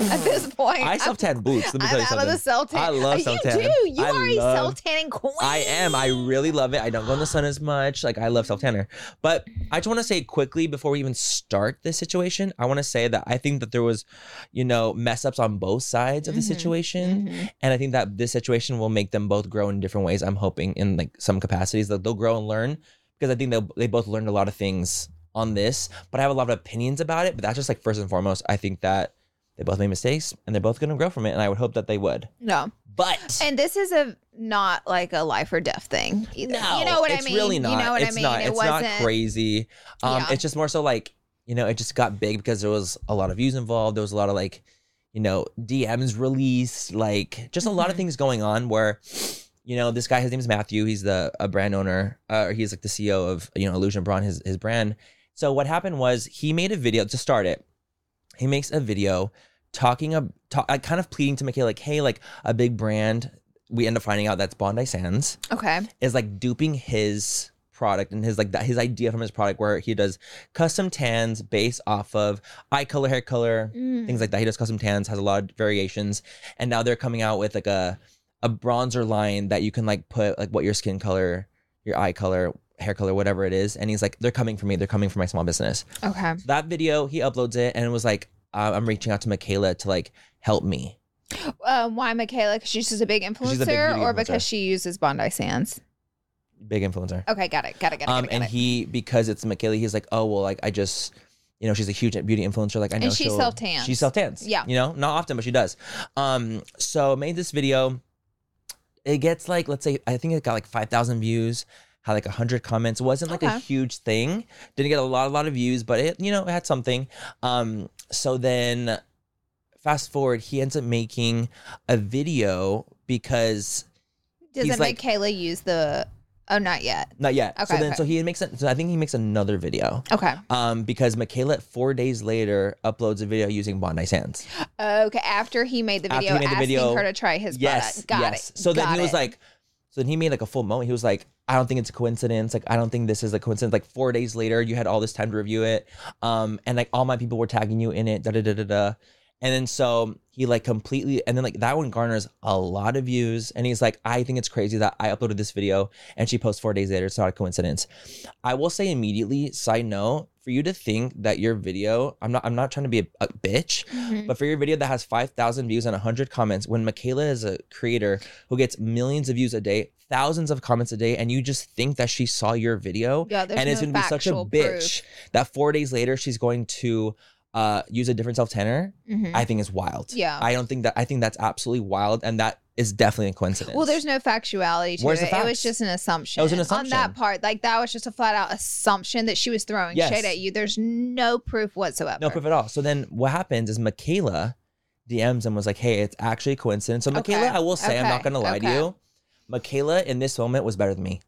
Speaker 2: at this point.
Speaker 1: I self tan boots. Let me
Speaker 2: I'm,
Speaker 1: tell
Speaker 2: I'm
Speaker 1: you
Speaker 2: out
Speaker 1: something.
Speaker 2: of the self tan.
Speaker 1: I love self-tan.
Speaker 2: You do. You
Speaker 1: I
Speaker 2: are a
Speaker 1: love-
Speaker 2: self tanning queen.
Speaker 1: I am. I really love it. I don't go in the sun as much. Like I love self tanner. But I just want to say quickly before we even start this situation, I want to say that I think that there was, you know, mess ups on both sides of the
Speaker 2: Mhm.
Speaker 1: situation,
Speaker 2: Mhm.
Speaker 1: and I think that this situation will make them both grow in different ways. I'm hoping in like some capacities that they'll grow and learn because I think they they both learned a lot of things on this. But I have a lot of opinions about it. But that's just like first and foremost. I think that they both made mistakes and they're both going to grow from it, and I would hope that they would.
Speaker 2: No.
Speaker 1: But
Speaker 2: And this is a not like a life or death thing. Either. you know what
Speaker 1: it's
Speaker 2: I mean.
Speaker 1: Really not.
Speaker 2: You know what
Speaker 1: it's
Speaker 2: I mean.
Speaker 1: Not,
Speaker 2: it
Speaker 1: it's
Speaker 2: wasn't.
Speaker 1: not crazy. Um,
Speaker 2: Yeah.
Speaker 1: It's just more so like you know, it just got big because there was a lot of views involved. There was a lot of like, you know, DMs released, like just a lot of
Speaker 2: Mhm.
Speaker 1: things going on where. You know, this guy, his name is Matthew. He's the a brand owner, uh, or he's like the CEO of you know Illusion Braun, his his brand. So what happened was he made a video to start it. He makes a video talking of talk, like, kind of pleading to Michaela, like, hey, like a big brand. We end up finding out that's Bondi Sands
Speaker 2: Okay.
Speaker 1: is like duping his product and his like that his idea from his product where he does custom tans based off of eye color, hair color,
Speaker 2: Mm-hmm. Mm.
Speaker 1: things like that. He does custom tans, has a lot of variations, and now they're coming out with like a a bronzer line that you can like put like what your skin color, your eye color, hair color, whatever it is. And he's like, they're coming for me. They're coming for my small business.
Speaker 2: Okay.
Speaker 1: That video he uploads it and it was like, uh, I'm reaching out to Michaela to like help me.
Speaker 2: Um, why Michaela? Because she's just a big influencer,
Speaker 1: She's a big beauty
Speaker 2: or
Speaker 1: influencer.
Speaker 2: because she uses Bondi Sands.
Speaker 1: Big influencer.
Speaker 2: Okay, got it. Got it. Got it. Got
Speaker 1: Um,
Speaker 2: it, got
Speaker 1: and
Speaker 2: it.
Speaker 1: he because it's McKaylee, he's like, oh well, like I just, you know, she's a huge beauty influencer. Like I know
Speaker 2: she
Speaker 1: she'll-
Speaker 2: self-tans.
Speaker 1: She self tans.
Speaker 2: Yeah.
Speaker 1: you know, not often, but she does. Um, so made this video. It gets like let's say I think it got like five thousand views. Had like hundred comments. It wasn't like a
Speaker 2: Okay.
Speaker 1: huge thing. Didn't get a lot, a lot of views, but it you know it had something. Um, so then, fast forward, he ends up making a video because
Speaker 2: Doesn't
Speaker 1: he's like-
Speaker 2: Michaela use the Oh, not yet.
Speaker 1: Not yet. so
Speaker 2: Okay,
Speaker 1: then,
Speaker 2: okay.
Speaker 1: so he makes. A, so I think he makes another video.
Speaker 2: Okay.
Speaker 1: Um, because Michaela four days later uploads a video using Bondi Sands.
Speaker 2: Okay. After he made the
Speaker 1: After
Speaker 2: video,
Speaker 1: he made the
Speaker 2: asking
Speaker 1: video-
Speaker 2: her to try his
Speaker 1: yes,
Speaker 2: product. Got
Speaker 1: yes.
Speaker 2: it.
Speaker 1: So then
Speaker 2: Got
Speaker 1: he was
Speaker 2: it.
Speaker 1: like, so then he made like a full moment. He was like, I don't think it's a coincidence. Like, I don't think this is a coincidence. Like four days later, you had all this time to review it, um, and like all my people were tagging you in it. Da da da da da. And then so he like completely, and then like that one garners a lot of views. And he's like, I think it's crazy that I uploaded this video and she posts four days later. It's not a coincidence. I will say immediately, side note, for you to think that your video, I'm not, I'm not trying to be a, a bitch,
Speaker 2: Mhm.
Speaker 1: but for your video that has 5,000 views and 100 comments, when Michaela is a creator who gets millions of views a day, thousands of comments a day, and you just think that she saw your video
Speaker 2: yeah, there's
Speaker 1: "Oh," and it's
Speaker 2: no
Speaker 1: going to be such a
Speaker 2: factual proof.
Speaker 1: bitch that four days later she's going to uh, use a different self tenor,
Speaker 2: Mhm.
Speaker 1: I think is wild.
Speaker 2: Yeah.
Speaker 1: I don't think that, I think that's absolutely wild. And that is definitely a coincidence.
Speaker 2: Well, there's no factuality to
Speaker 1: Where's the
Speaker 2: it. It was
Speaker 1: facts?
Speaker 2: just an assumption. On
Speaker 1: assumption.
Speaker 2: that part, like that was just a flat out assumption that she was throwing
Speaker 1: Yes.
Speaker 2: shade at you. There's no proof whatsoever.
Speaker 1: no proof at all. So then what happens is Michaela DMs and was like, hey, it's actually a coincidence. So, Michaela,
Speaker 2: Okay.
Speaker 1: I will say, I'm not
Speaker 2: Okay.
Speaker 1: going to lie to
Speaker 2: Okay.
Speaker 1: you. Michaela in this moment was better than me.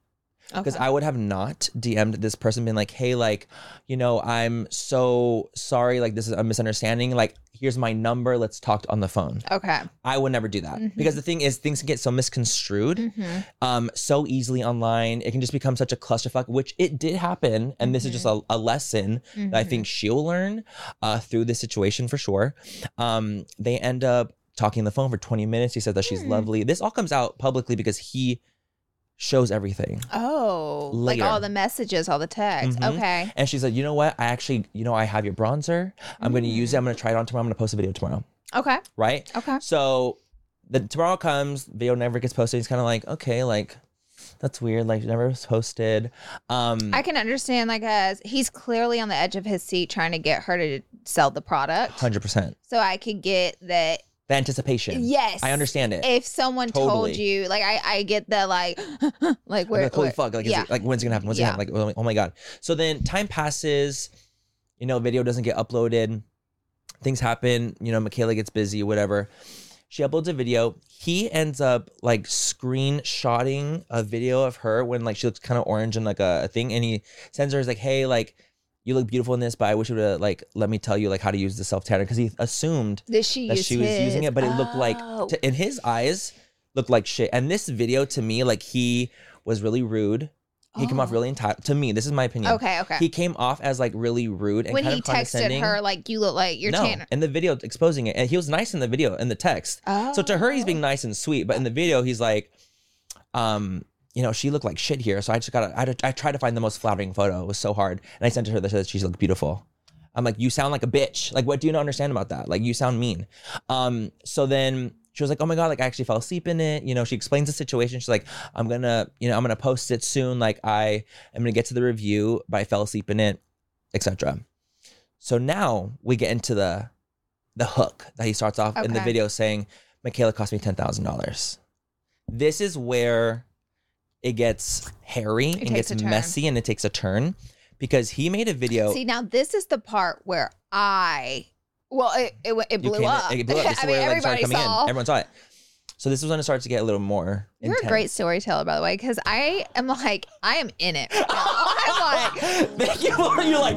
Speaker 1: because
Speaker 2: Okay.
Speaker 1: I would have not DM'd this person, been like, "Hey, like, you know, I'm so sorry, like, this is a misunderstanding. Like, here's my number. Let's talk on the phone."
Speaker 2: Okay.
Speaker 1: I would never do that
Speaker 2: Mhm.
Speaker 1: because the thing is, things can get so misconstrued
Speaker 2: Mhm.
Speaker 1: um so easily online. It can just become such a clusterfuck, which it did happen, and this is just a,
Speaker 2: Mm-hmm.
Speaker 1: a lesson that I
Speaker 2: Mhm.
Speaker 1: think she'll learn uh, through this situation for sure. Um, they end up talking on the phone for 20 minutes. He says that she's
Speaker 2: Hmm.
Speaker 1: lovely. This all comes out publicly because he shows everything.
Speaker 2: Oh,
Speaker 1: Later.
Speaker 2: like all the messages, all the texts.
Speaker 1: Mhm.
Speaker 2: Okay.
Speaker 1: And she's like, you know what? I actually, you know, I have your bronzer. I'm going to use it. I'm going to try it on tomorrow. I'm going to post a video tomorrow.
Speaker 2: Mm-hmm. Okay.
Speaker 1: Right.
Speaker 2: Okay.
Speaker 1: So the tomorrow comes, video never gets posted. He's kind of like, okay, like that's weird. Like never was posted. Um,
Speaker 2: I can understand, like, as he's clearly on the edge of his seat trying to get her to sell the product.
Speaker 1: hundred percent.
Speaker 2: So I could get that.
Speaker 1: The anticipation.
Speaker 2: Yes.
Speaker 1: I understand it.
Speaker 2: If someone
Speaker 1: Totally.
Speaker 2: told you, like, I, I get the, like, like,
Speaker 1: Like,
Speaker 2: where,
Speaker 1: like, holy
Speaker 2: where-
Speaker 1: fuck! Like, is
Speaker 2: yeah.
Speaker 1: it, like when's it gonna happen? When's
Speaker 2: Yeah.
Speaker 1: it gonna happen? Like, oh my- oh my god! So then time passes. You know, video doesn't get uploaded. Things happen. You know, Michaela gets busy. Whatever. She uploads a video. He ends up like screenshotting a video of her when like she looks kind of orange and like a, a thing, and he sends her he's like, "Hey, like." You look beautiful in this, but I wish you would like let me tell you like how to use the self tanner because he assumed
Speaker 2: that she
Speaker 1: that
Speaker 2: used
Speaker 1: she was using
Speaker 2: his.
Speaker 1: it, but it looked like
Speaker 2: Oh.
Speaker 1: to, in his eyes looked like shit. And this video to me, like he was really rude. He came off
Speaker 2: Oh.
Speaker 1: really entitled. To me, this is my opinion.
Speaker 2: Okay, okay.
Speaker 1: He came off as like really rude and
Speaker 2: when
Speaker 1: kind
Speaker 2: he
Speaker 1: of
Speaker 2: texted
Speaker 1: condescending.
Speaker 2: her, like, you look like you're
Speaker 1: no,
Speaker 2: Tanner.
Speaker 1: in the video exposing it, and he was nice in the video in the text.
Speaker 2: Oh.
Speaker 1: So to her, he's being nice and sweet, but in the video, he's like, um, you know, she looked like shit here. So I just got, I, I tried to find the most flattering photo. It was so hard, and I sent to her that says she looked beautiful. I'm like, you sound like a bitch. Like, what do you not understand about that? Like, you sound mean. Um, so then she was like, oh my god, like I actually fell asleep in it. You know, she explains the situation. She's like, I'm gonna, you know, I'm gonna post it soon. Like, I am gonna get to the review, but I fell asleep in it, etc. So now we get into the the hook that he starts off in the
Speaker 2: Okay.
Speaker 1: video saying, Michaela cost me ten thousand dollars. This is where it gets hairy and
Speaker 2: takes
Speaker 1: gets
Speaker 2: a turn.
Speaker 1: messy and it takes a turn because he made a video.
Speaker 2: See, now this is the part where I, well, it, it, it
Speaker 1: you
Speaker 2: blew
Speaker 1: came-
Speaker 2: up.
Speaker 1: It blew up. This
Speaker 2: I
Speaker 1: is
Speaker 2: mean,
Speaker 1: where it like, started
Speaker 2: everybody
Speaker 1: coming
Speaker 2: saw.
Speaker 1: in. Everyone saw it. So this is when it starts to get a little more.
Speaker 2: You're
Speaker 1: intense.
Speaker 2: a great storyteller, by the way, because I am like, I am in it. Right now. I'm like,
Speaker 1: Thank you. Lauren. You're like.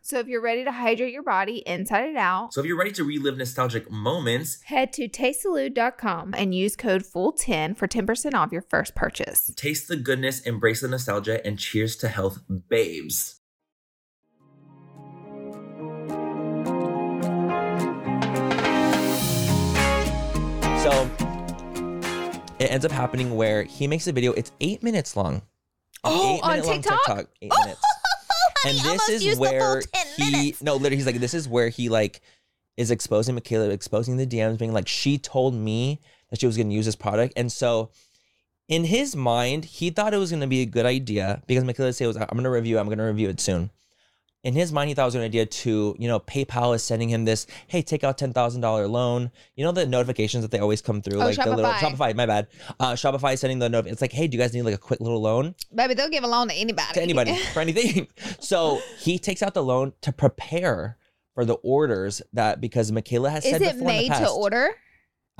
Speaker 3: So if you're ready to hydrate your body inside and out,
Speaker 4: So if you're ready to relive nostalgic moments,
Speaker 3: head to tastesaloo.com and use code FULL10 for 10% off your first purchase.
Speaker 4: taste the goodness, embrace the nostalgia, and cheers to health, babes.
Speaker 1: So it ends up happening where he makes a video. It's eight minutes long.
Speaker 2: Oh, on TikTok?
Speaker 1: Eight minutes. and this is where he no literally he's like this is where he like is exposing Michaela, exposing the DMs, being like she told me that she was going to use this product, and so in his mind he thought it was going to be a good idea because Michaela said it was I'm going to review, it, I'm going to review it soon. In his mind, he thought it was an idea to, you know, PayPal is sending him this, hey, take out ten thousand dollar loan. You know the notifications that they always come through,
Speaker 2: Oh,
Speaker 1: like the little
Speaker 2: Shopify.
Speaker 1: Shopify. My bad, uh, Shopify is sending the note. It's like, hey, do you guys need like a quick little loan?
Speaker 2: Baby, they'll give a loan to anybody.
Speaker 1: to anybody for anything. So he takes out the loan to prepare for the orders that because Michaela has
Speaker 2: is
Speaker 1: said
Speaker 2: it
Speaker 1: before in
Speaker 2: made
Speaker 1: the past,
Speaker 2: to order?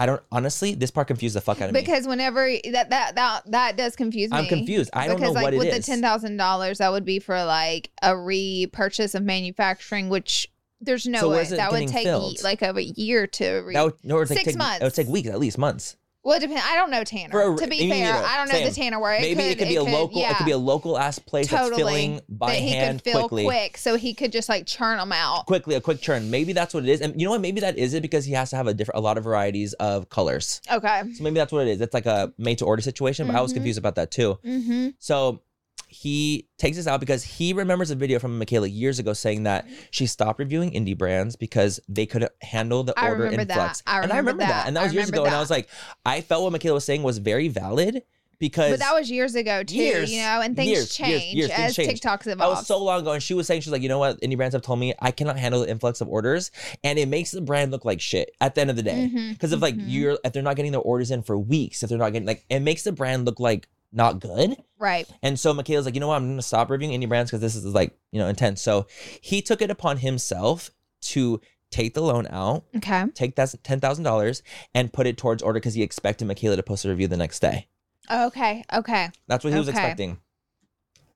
Speaker 1: I don't honestly. This part confused the fuck out of me.
Speaker 2: Because whenever that that that that does confuse me.
Speaker 1: I'm confused. I don't
Speaker 2: because like
Speaker 1: know what
Speaker 2: with
Speaker 1: it
Speaker 2: the
Speaker 1: is.
Speaker 2: ten thousand dollars, that would be for like a repurchase of manufacturing, which there's no
Speaker 1: So
Speaker 2: way
Speaker 1: where's it
Speaker 2: that would
Speaker 1: getting
Speaker 2: take
Speaker 1: filled?
Speaker 2: like a year to. Re-
Speaker 1: that would, no, it would
Speaker 2: Six
Speaker 1: take
Speaker 2: months.
Speaker 1: It would take weeks, at least months.
Speaker 2: well, it depends. I don't know Tanner.
Speaker 1: For a-
Speaker 2: to be
Speaker 1: me
Speaker 2: fair,
Speaker 1: neither.
Speaker 2: I don't know the
Speaker 1: Same.
Speaker 2: Tanner where it
Speaker 1: Maybe
Speaker 2: could,
Speaker 1: it could be a local.
Speaker 2: Yeah.
Speaker 1: It could be a local ass place that's
Speaker 2: Totally.
Speaker 1: filling by
Speaker 2: that he
Speaker 1: hand
Speaker 2: could fill
Speaker 1: quickly.
Speaker 2: quick, so he could just like churn them out.
Speaker 1: Quickly, a quick churn. Maybe that's what it is. And you know what? Maybe that is it because he has to have a different, a lot of varieties of colors.
Speaker 2: Okay.
Speaker 1: So maybe that's what it is. It's like a made to order situation. But I was
Speaker 2: Mhm.
Speaker 1: confused about that too.
Speaker 2: Mm-hmm.
Speaker 1: So he takes this out because he remembers a video from Michaela years ago saying that she stopped reviewing indie brands because they couldn't handle the
Speaker 2: I
Speaker 1: order
Speaker 2: remember that.
Speaker 1: influx.
Speaker 2: I
Speaker 1: and I
Speaker 2: remember
Speaker 1: remember that.
Speaker 2: that.
Speaker 1: And
Speaker 2: I
Speaker 1: that was years
Speaker 2: remember
Speaker 1: ago. And
Speaker 2: that.
Speaker 1: I was like, I felt what Michaela was saying was very valid because
Speaker 2: But that was years ago too,
Speaker 1: Years,
Speaker 2: you know, and things
Speaker 1: years, years,
Speaker 2: change
Speaker 1: years, things
Speaker 2: as
Speaker 1: change.
Speaker 2: TikToks
Speaker 1: that
Speaker 2: evolve.
Speaker 1: was so long ago. And she was saying, she's like, you know what? Indie brands have told me I cannot handle the influx of orders. And it makes the brand look like shit at the end of the day.
Speaker 2: Mhm,
Speaker 1: Because if like
Speaker 2: mhm.
Speaker 1: you're if they're not getting their orders in for weeks, if they're not getting like it makes the brand look like not good.
Speaker 2: right,
Speaker 1: And so Michaela's like, you know what? I'm going to stop reviewing indie brands because this is like, you know, intense. So he took it upon himself to take the loan out,
Speaker 2: okay,
Speaker 1: take that $10,000 and put it towards order because he expected Michaela to post a review the next day.
Speaker 2: okay, okay.
Speaker 1: That's what he was
Speaker 2: Okay.
Speaker 1: expecting.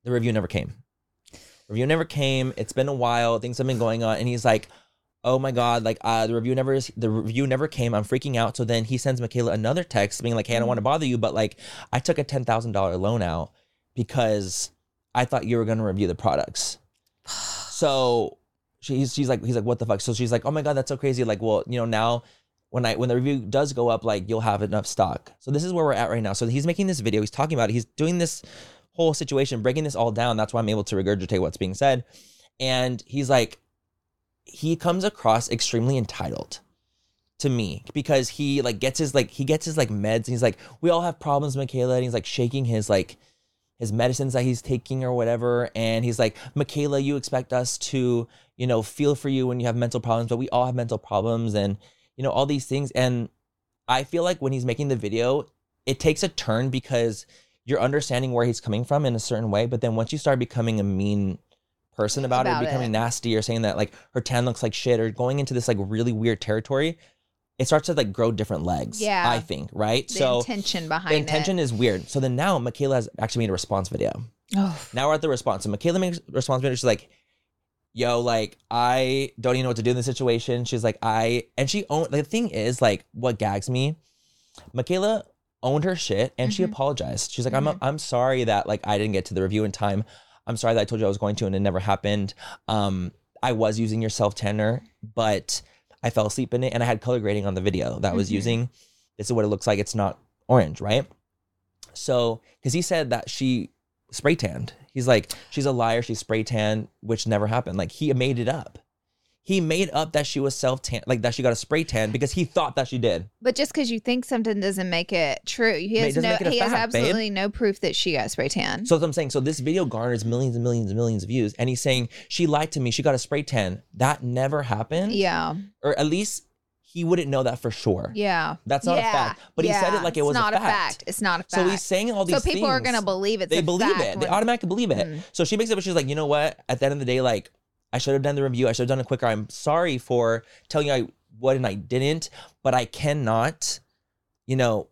Speaker 1: The review never came. Review never came. It's been a while. Things have been going on. And he's like, oh my God, like uh, the review never the review never came. I'm freaking out. So then he sends Michaela another text being like, hey, I don't want to bother you, but like I took a ten thousand dollar loan out because I thought you were gonna review the products. So she's she's like he's like, what the fuck? So she's like, oh my God, that's so crazy. Like, well, you know, now when I when the review does go up, like you'll have enough stock. So this is where we're at right now. So he's making this video, he's talking about it, he's doing this whole situation, breaking this all down. That's why I'm able to regurgitate what's being said. And he's like, he comes across extremely entitled to me because he like gets his like he gets his like meds and he's like, we all have problems, Michaela. And he's like shaking his like his medicines that he's taking or whatever. And he's like, Michaela, you expect us to, you know, feel for you when you have mental problems, but we all have mental problems and, you know, all these things. And I feel like when he's making the video, it takes a turn because you're understanding where he's coming from in a certain way. But then once you start becoming a mean person about,
Speaker 2: About
Speaker 1: it,
Speaker 2: it.
Speaker 1: becoming nasty or saying that like her tan looks like shit or going into this like really weird territory, it starts to like grow different legs.
Speaker 2: Yeah.
Speaker 1: I think, right?
Speaker 2: The intention behind
Speaker 1: the intention is weird. So then now Michaela has actually made a response video.
Speaker 2: it. Oh,
Speaker 1: Now we're at the response. So Michaela makes a response video. She's like, yo, like, I don't even know what to do in this situation. She's like, I, and she owned, the thing is, like, what gags me, Michaela owned her shit and she
Speaker 2: Mhm.
Speaker 1: apologized. She's like,
Speaker 2: Mhm.
Speaker 1: I'm, I'm sorry that, like, I didn't get to the review in time. I'm sorry that I told you I was going to and it never happened. Um, I was using your self tanner, but I fell asleep in it and I had color grading on the video that I was
Speaker 2: Mhm.
Speaker 1: using. This is what it looks like. It's not orange, right? So, because he said that she spray tanned. He's like, she's a liar. She spray tanned, which never happened. Like he made it up. He made up that she was self tan, like that she got a spray tan because he thought that she did.
Speaker 2: but just because you think something doesn't make it true, he
Speaker 1: Ma-
Speaker 2: has
Speaker 1: doesn't
Speaker 2: no,
Speaker 1: make it a
Speaker 2: he has
Speaker 1: fact, babe.
Speaker 2: absolutely no proof that she got spray tan.
Speaker 1: So that's what I'm saying. So this video garners millions and millions and millions of views, and he's saying she lied to me. She got a spray tan. That never happened.
Speaker 2: yeah,
Speaker 1: Or at least he wouldn't know that for sure.
Speaker 2: yeah,
Speaker 1: That's not
Speaker 2: Yeah,
Speaker 1: a fact. But he said
Speaker 2: yeah.
Speaker 1: it like it
Speaker 2: It's
Speaker 1: was
Speaker 2: not
Speaker 1: a fact.
Speaker 2: It's not a fact.
Speaker 1: So he's saying all these
Speaker 2: so people are
Speaker 1: things.
Speaker 2: gonna believe it's
Speaker 1: they
Speaker 2: a
Speaker 1: believe
Speaker 2: fact
Speaker 1: it. They
Speaker 2: when-
Speaker 1: automatically believe it.
Speaker 2: Mm.
Speaker 1: So she makes it, but she's like, you know what? At the end of the day, like, I should have done the review. I should have done it quicker. I'm sorry for telling you I would and I didn't, but I cannot, you know,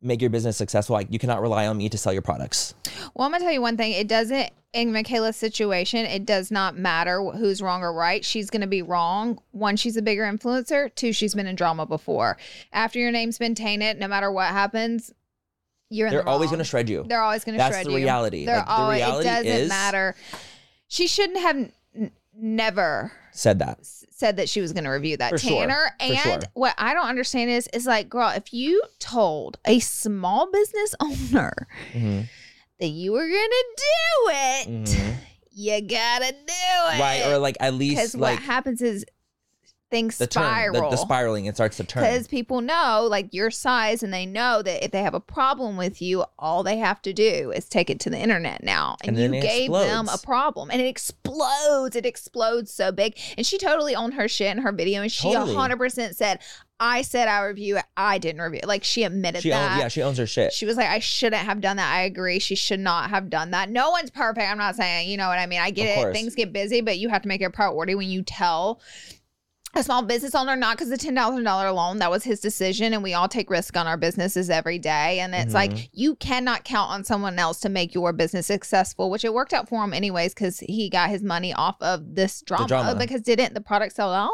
Speaker 1: make your business successful. Like you cannot rely on me to sell your products.
Speaker 2: Well, I'm gonna tell you one thing. It doesn't in Michaela's situation. It does not matter wh- who's wrong or right. She's gonna be wrong. One, she's a bigger influencer. Two, she's been in drama before. After your name's been tainted, no matter what happens, you're in
Speaker 1: They're
Speaker 2: the
Speaker 1: always
Speaker 2: wrong.
Speaker 1: going to shred you.
Speaker 2: They're always gonna
Speaker 1: That's
Speaker 2: shred
Speaker 1: the
Speaker 2: you.
Speaker 1: reality.
Speaker 2: They're
Speaker 1: Like, the
Speaker 2: always.
Speaker 1: reality
Speaker 2: it doesn't
Speaker 1: is-
Speaker 2: matter. She shouldn't have n- never
Speaker 1: Said that.
Speaker 2: s- said that she was going to review that
Speaker 1: For sure.
Speaker 2: Tanner.
Speaker 1: For
Speaker 2: And
Speaker 1: sure.
Speaker 2: what I don't understand is, is like, girl, if you told a small business owner
Speaker 1: Mhm.
Speaker 2: that you were going to do it,
Speaker 1: Mhm.
Speaker 2: you gotta do it,
Speaker 1: Right. Or like
Speaker 2: Because
Speaker 1: at least
Speaker 2: what
Speaker 1: like
Speaker 2: happens is things
Speaker 1: the turn, the,
Speaker 2: spiral.
Speaker 1: the spiraling, it starts to turn.
Speaker 2: because people know like your size and they know that if they have a problem with you all they have to do is take it to the internet now and,
Speaker 1: And then
Speaker 2: you
Speaker 1: it
Speaker 2: gave them a
Speaker 1: explodes.
Speaker 2: problem and it explodes it explodes so big and she totally owned her shit in her video and she
Speaker 1: Totally.
Speaker 2: 100% said i said i review it i didn't review it like she admitted
Speaker 1: She
Speaker 2: that
Speaker 1: owns, yeah, she owns her shit.
Speaker 2: she was like, I shouldn't have done that. I agree. She should not have done that. No one's perfect. I'm not saying, you know what I mean? I get
Speaker 1: Of
Speaker 2: it.
Speaker 1: course.
Speaker 2: Things get busy, but you have to make it a priority when you tell a small business owner, not because the $10,000 loan, that was his decision. And we all take risk on our businesses every day. And it's
Speaker 1: Mm-hmm.
Speaker 2: like, you cannot count on someone else to make your business successful, which it worked out for him anyways, because he got his money off of this drama.
Speaker 1: drama.
Speaker 2: Oh, because didn't the product sell out?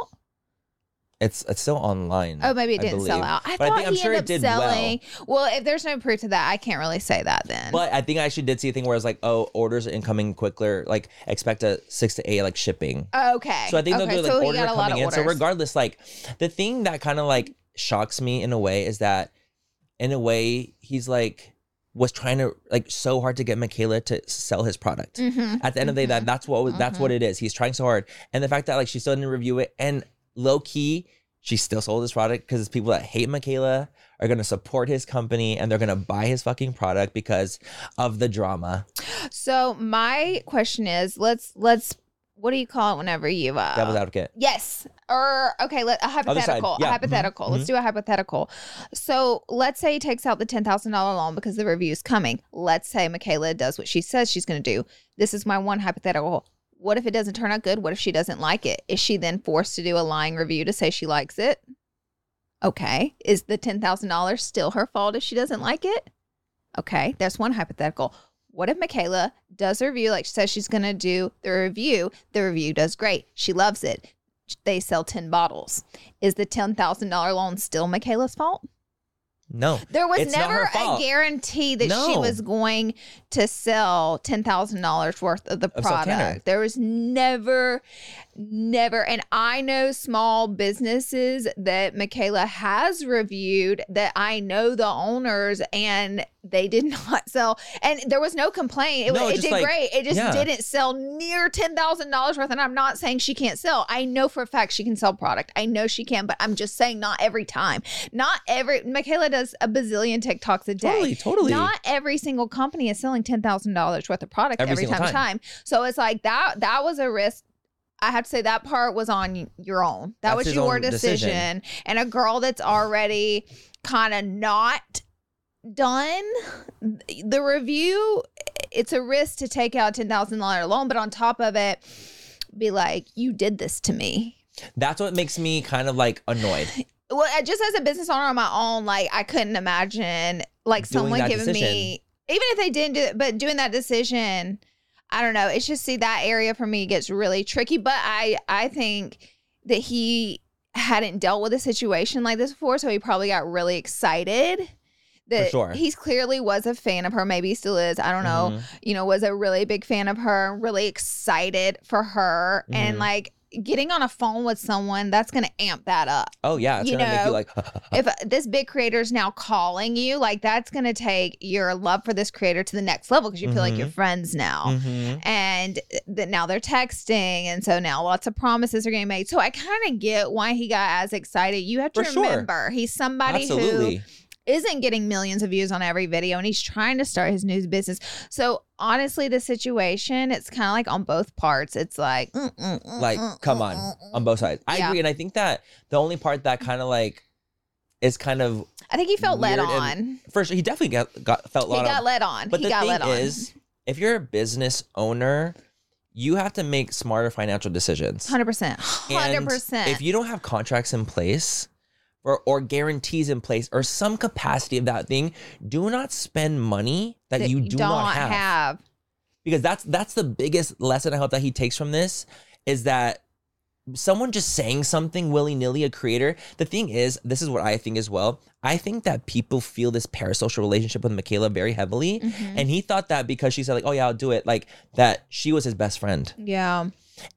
Speaker 1: It's it's still online.
Speaker 2: Oh, maybe it
Speaker 1: I
Speaker 2: didn't sell
Speaker 1: believe.
Speaker 2: out. I
Speaker 1: But I
Speaker 2: thought
Speaker 1: think- I'm
Speaker 2: he
Speaker 1: sure it
Speaker 2: ended
Speaker 1: did
Speaker 2: up selling. Well. if there's no proof to that, I can't really say that then.
Speaker 1: But I think I actually did see a thing where it's like, oh, orders are incoming quicker. Like expect a six to eight like shipping.
Speaker 2: Okay.
Speaker 1: So I think
Speaker 2: okay.
Speaker 1: they'll do like
Speaker 2: so he
Speaker 1: order
Speaker 2: got a lot
Speaker 1: coming
Speaker 2: of
Speaker 1: in. So
Speaker 2: orders.
Speaker 1: regardless, like the thing that kind of like shocks me in a way is that in a way he's like was trying to like so hard to get Michaela to sell his product.
Speaker 2: Mhm.
Speaker 1: At the end of the day, that that's what was, that's
Speaker 2: Mm-hmm.
Speaker 1: what it is. He's trying so hard, and the fact that like she still didn't review it, and low key she still sold his product because people that hate Michaela are gonna support his company and they're gonna buy his fucking product because of the drama.
Speaker 2: So my question is, let's let's what do you call it whenever you uh
Speaker 1: Devil's advocate.
Speaker 2: Yes. Or okay, let, a hypothetical.
Speaker 1: yeah,
Speaker 2: A
Speaker 1: mhm,
Speaker 2: hypothetical. Let's do a hypothetical. So let's say he takes out the ten thousand dollar loan because the review is coming. Let's say Michaela does what she says she's going to do. This is my one hypothetical. What if it doesn't turn out good? What if she doesn't like it? Is she then forced to do a lying review to say she likes it? Okay. Is the ten thousand dollars still her fault if she doesn't like it? Okay, that's one hypothetical. What if Michaela does a review, like she says she's gonna do the review? The review does great. She loves it. They sell 10 bottles. Is the $10,000 loan still Michaela's fault?
Speaker 1: No.
Speaker 2: There was
Speaker 1: It's not
Speaker 2: never
Speaker 1: her
Speaker 2: a
Speaker 1: fault.
Speaker 2: guarantee that she
Speaker 1: No.
Speaker 2: was going to sell $10,000 worth of the
Speaker 1: Of self-tanner.
Speaker 2: product. There was never, never. And I know small businesses that Michaela has reviewed that I know the owners and they did not sell. And there was no complaint. It,
Speaker 1: No,
Speaker 2: was it
Speaker 1: just
Speaker 2: did
Speaker 1: like-
Speaker 2: great. It just
Speaker 1: yeah.
Speaker 2: didn't sell near $10,000 worth. And I'm not saying she can't sell. I know for a fact she can sell product. I know she can, but I'm just saying not every time. Not every, Michaela does a bazillion TikToks a day.
Speaker 1: Totally, totally.
Speaker 2: Not every single company is selling ten thousand dollars worth of product every,
Speaker 1: Every single
Speaker 2: time, time.
Speaker 1: time.
Speaker 2: So it's like that. That was a risk. I have to say that part was on your own. That
Speaker 1: That's
Speaker 2: was
Speaker 1: his
Speaker 2: your
Speaker 1: own decision.
Speaker 2: decision. And a girl that's already kind of not done the review. It's a risk to take out ten thousand dollar loan, but on top of it, be like, you did this to me.
Speaker 1: That's what makes me kind of like annoyed.
Speaker 2: well I- just as a business owner on my own like i couldn't imagine like
Speaker 1: Doing
Speaker 2: someone
Speaker 1: that
Speaker 2: giving me even if they didn't do it but doing that decision i don't know it's just see that area for me gets really tricky but i i think that he hadn't dealt with a situation like this before so he probably got really excited that
Speaker 1: sure.
Speaker 2: he's clearly was a fan of her maybe he still is i don't know
Speaker 1: Mhm.
Speaker 2: you know, was a really big fan of her, really excited for her. And
Speaker 1: Mhm.
Speaker 2: like getting on a phone with someone, that's going to amp that up.
Speaker 1: Oh yeah, it's
Speaker 2: You
Speaker 1: gonna make
Speaker 2: know,
Speaker 1: you like
Speaker 2: If this big creator is now calling you, like that's going to take your love for this creator to the next level because you feel like
Speaker 1: Mhm.
Speaker 2: you're friends now.
Speaker 1: Mhm.
Speaker 2: And that now they're texting, and so now lots of promises are getting made. So I kind of get why he got as excited. You have to
Speaker 1: For sure.
Speaker 2: remember, he's somebody who
Speaker 1: absolutely.
Speaker 2: isn't getting millions of views on every video and he's trying to start his new business. So honestly, the situation, it's kind of like on both parts. It's like, mm, mm, mm,
Speaker 1: like
Speaker 2: mm,
Speaker 1: come
Speaker 2: mm,
Speaker 1: on Um,
Speaker 2: mm, mm.
Speaker 1: on both sides i
Speaker 2: Yeah.
Speaker 1: agree and i think that the only part that kind of like is kind of
Speaker 2: I think he felt led
Speaker 1: Weird and-
Speaker 2: on.
Speaker 1: first he definitely got, got felt
Speaker 2: He
Speaker 1: a lot
Speaker 2: got
Speaker 1: of
Speaker 2: led on.
Speaker 1: but
Speaker 2: he
Speaker 1: the
Speaker 2: got led
Speaker 1: thing
Speaker 2: on.
Speaker 1: is if you're a business owner you have to make smarter financial decisions
Speaker 2: 100%.
Speaker 1: And
Speaker 2: 100%.
Speaker 1: if you don't have contracts in place or, or guarantees in place or some capacity of that thing, do not spend money that, you do not have. Because that's that's the biggest lesson I hope that he takes from this is that someone just saying something willy-nilly a creator the thing is this is what i think as well i think that people feel this parasocial relationship with michaela very heavily
Speaker 2: Mhm.
Speaker 1: and he thought that because she said like oh yeah i'll do it like that she was his best friend
Speaker 2: yeah.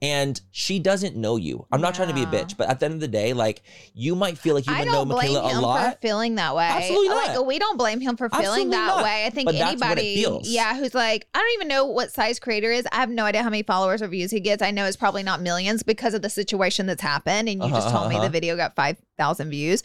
Speaker 1: and she doesn't know you i'm not trying to be a
Speaker 2: Yeah.
Speaker 1: bitch but at the end of the day like you might feel like you
Speaker 2: I
Speaker 1: would know
Speaker 2: don't blame
Speaker 1: michaela a
Speaker 2: him for
Speaker 1: lot
Speaker 2: feeling that way.
Speaker 1: Absolutely not.
Speaker 2: Like we don't blame him for feeling
Speaker 1: Absolutely
Speaker 2: that
Speaker 1: not.
Speaker 2: way. I think
Speaker 1: But that's what it
Speaker 2: anybody,
Speaker 1: feels.
Speaker 2: yeah, who's like, I don't even know what size creator is. I have no idea how many followers or views he gets. I know it's probably not millions because of the situation that's happened. And you just
Speaker 1: Uh-huh,
Speaker 2: told me
Speaker 1: uh-huh.
Speaker 2: the video got five thousand views.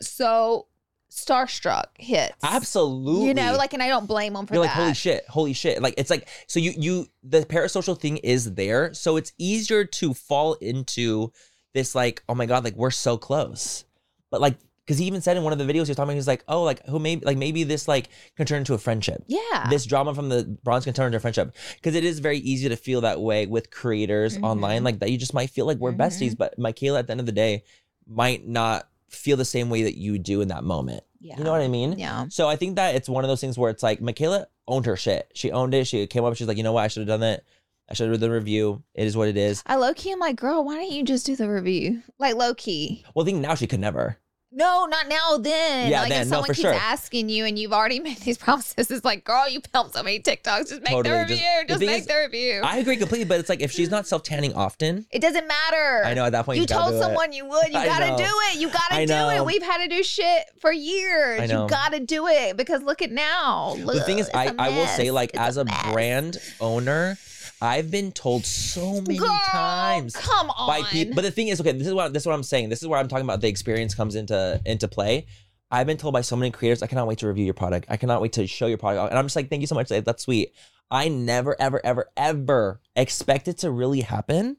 Speaker 2: So starstruck hits.
Speaker 1: absolutely
Speaker 2: You know, like, and I don't blame him for
Speaker 1: you're
Speaker 2: that.
Speaker 1: like holy shit holy shit like it's like so you you the parasocial thing is there so it's easier to fall into this like oh my god like we're so close but like because he even said in one of the videos he was talking about he was like oh like who maybe like maybe this like can turn into a friendship
Speaker 2: yeah.
Speaker 1: this drama from the bronze can turn into a friendship because it is very easy to feel that way with creators
Speaker 2: Mhm.
Speaker 1: online like that you just might feel like we're
Speaker 2: Mhm.
Speaker 1: besties but michaela at the end of the day might not feel the same way that you do in that moment
Speaker 2: yeah.
Speaker 1: you know what i mean
Speaker 2: yeah.
Speaker 1: so I think that it's one of those things where it's like Michaela owned her shit. She owned it. She came up. She's like, you know what? I should have done that. I should have done the review. It is what it is.
Speaker 2: I low key, I'm like, girl, why don't you just do the review? Like low key.
Speaker 1: Well, I think now she could never.
Speaker 2: No, not now. Then,
Speaker 1: Yeah,
Speaker 2: like
Speaker 1: then,
Speaker 2: if
Speaker 1: no,
Speaker 2: someone
Speaker 1: for
Speaker 2: keeps
Speaker 1: sure.
Speaker 2: asking you and you've already made these promises, it's like, girl, you filmed so many TikToks. Just make
Speaker 1: Totally,
Speaker 2: the
Speaker 1: just-
Speaker 2: review.
Speaker 1: the
Speaker 2: Just,
Speaker 1: thing
Speaker 2: make
Speaker 1: is,
Speaker 2: the review.
Speaker 1: I agree completely, but it's like if she's not self tanning often,
Speaker 2: it doesn't matter.
Speaker 1: I know at that point
Speaker 2: You
Speaker 1: just gotta
Speaker 2: told
Speaker 1: do it.
Speaker 2: someone you would. You
Speaker 1: I know.
Speaker 2: gotta do it. You gotta
Speaker 1: I
Speaker 2: do
Speaker 1: know.
Speaker 2: it. We've had to do shit for years.
Speaker 1: I know.
Speaker 2: You gotta do it because look at now. Look,
Speaker 1: the thing is,
Speaker 2: it's
Speaker 1: I,
Speaker 2: a
Speaker 1: I will say
Speaker 2: mess.
Speaker 1: like
Speaker 2: It's
Speaker 1: as a,
Speaker 2: mess.
Speaker 1: brand owner, I've been told so many
Speaker 2: Girl,
Speaker 1: times
Speaker 2: Come on.
Speaker 1: by people. But the thing is, okay, this is what this is what I'm saying. This is where I'm talking about the experience comes into into play. I've been told by so many creators, I cannot wait to review your product. I cannot wait to show your product, and I'm just like, thank you so much. like, That's sweet. I never, ever, ever, ever expect it to really happen.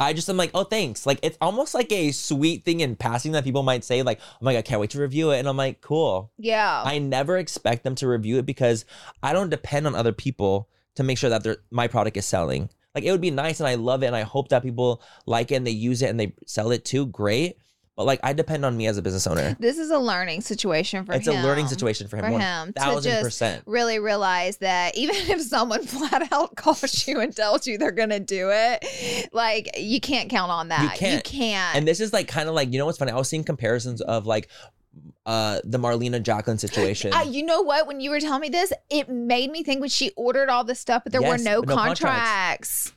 Speaker 1: I just am like, oh, thanks. Like it's almost like a sweet thing in passing that people might say, like, oh my god, can't wait to review it, and I'm like, cool.
Speaker 2: yeah.
Speaker 1: I never expect them to review it because I don't depend on other people to make sure that their my product is selling. Like it would be nice and I love it and I hope that people like it and they use it and they sell it too. Great. But like I depend on me as a business owner.
Speaker 2: this is a learning situation for
Speaker 1: it's
Speaker 2: him.
Speaker 1: a learning situation for him.
Speaker 2: For
Speaker 1: one
Speaker 2: him to
Speaker 1: thousand
Speaker 2: just
Speaker 1: percent.
Speaker 2: really realize that even if someone flat out calls you and tells you they're gonna do it, like you can't count on that.
Speaker 1: can't.
Speaker 2: can't.
Speaker 1: And this is like kind of like, you know what's funny? I was seeing comparisons of like uh the Marlena Jacqueline situation.
Speaker 2: I- you know what? When you were telling me this, it made me think when she ordered all this stuff, but there
Speaker 1: Yes,
Speaker 2: were no,
Speaker 1: no contracts.
Speaker 2: contracts.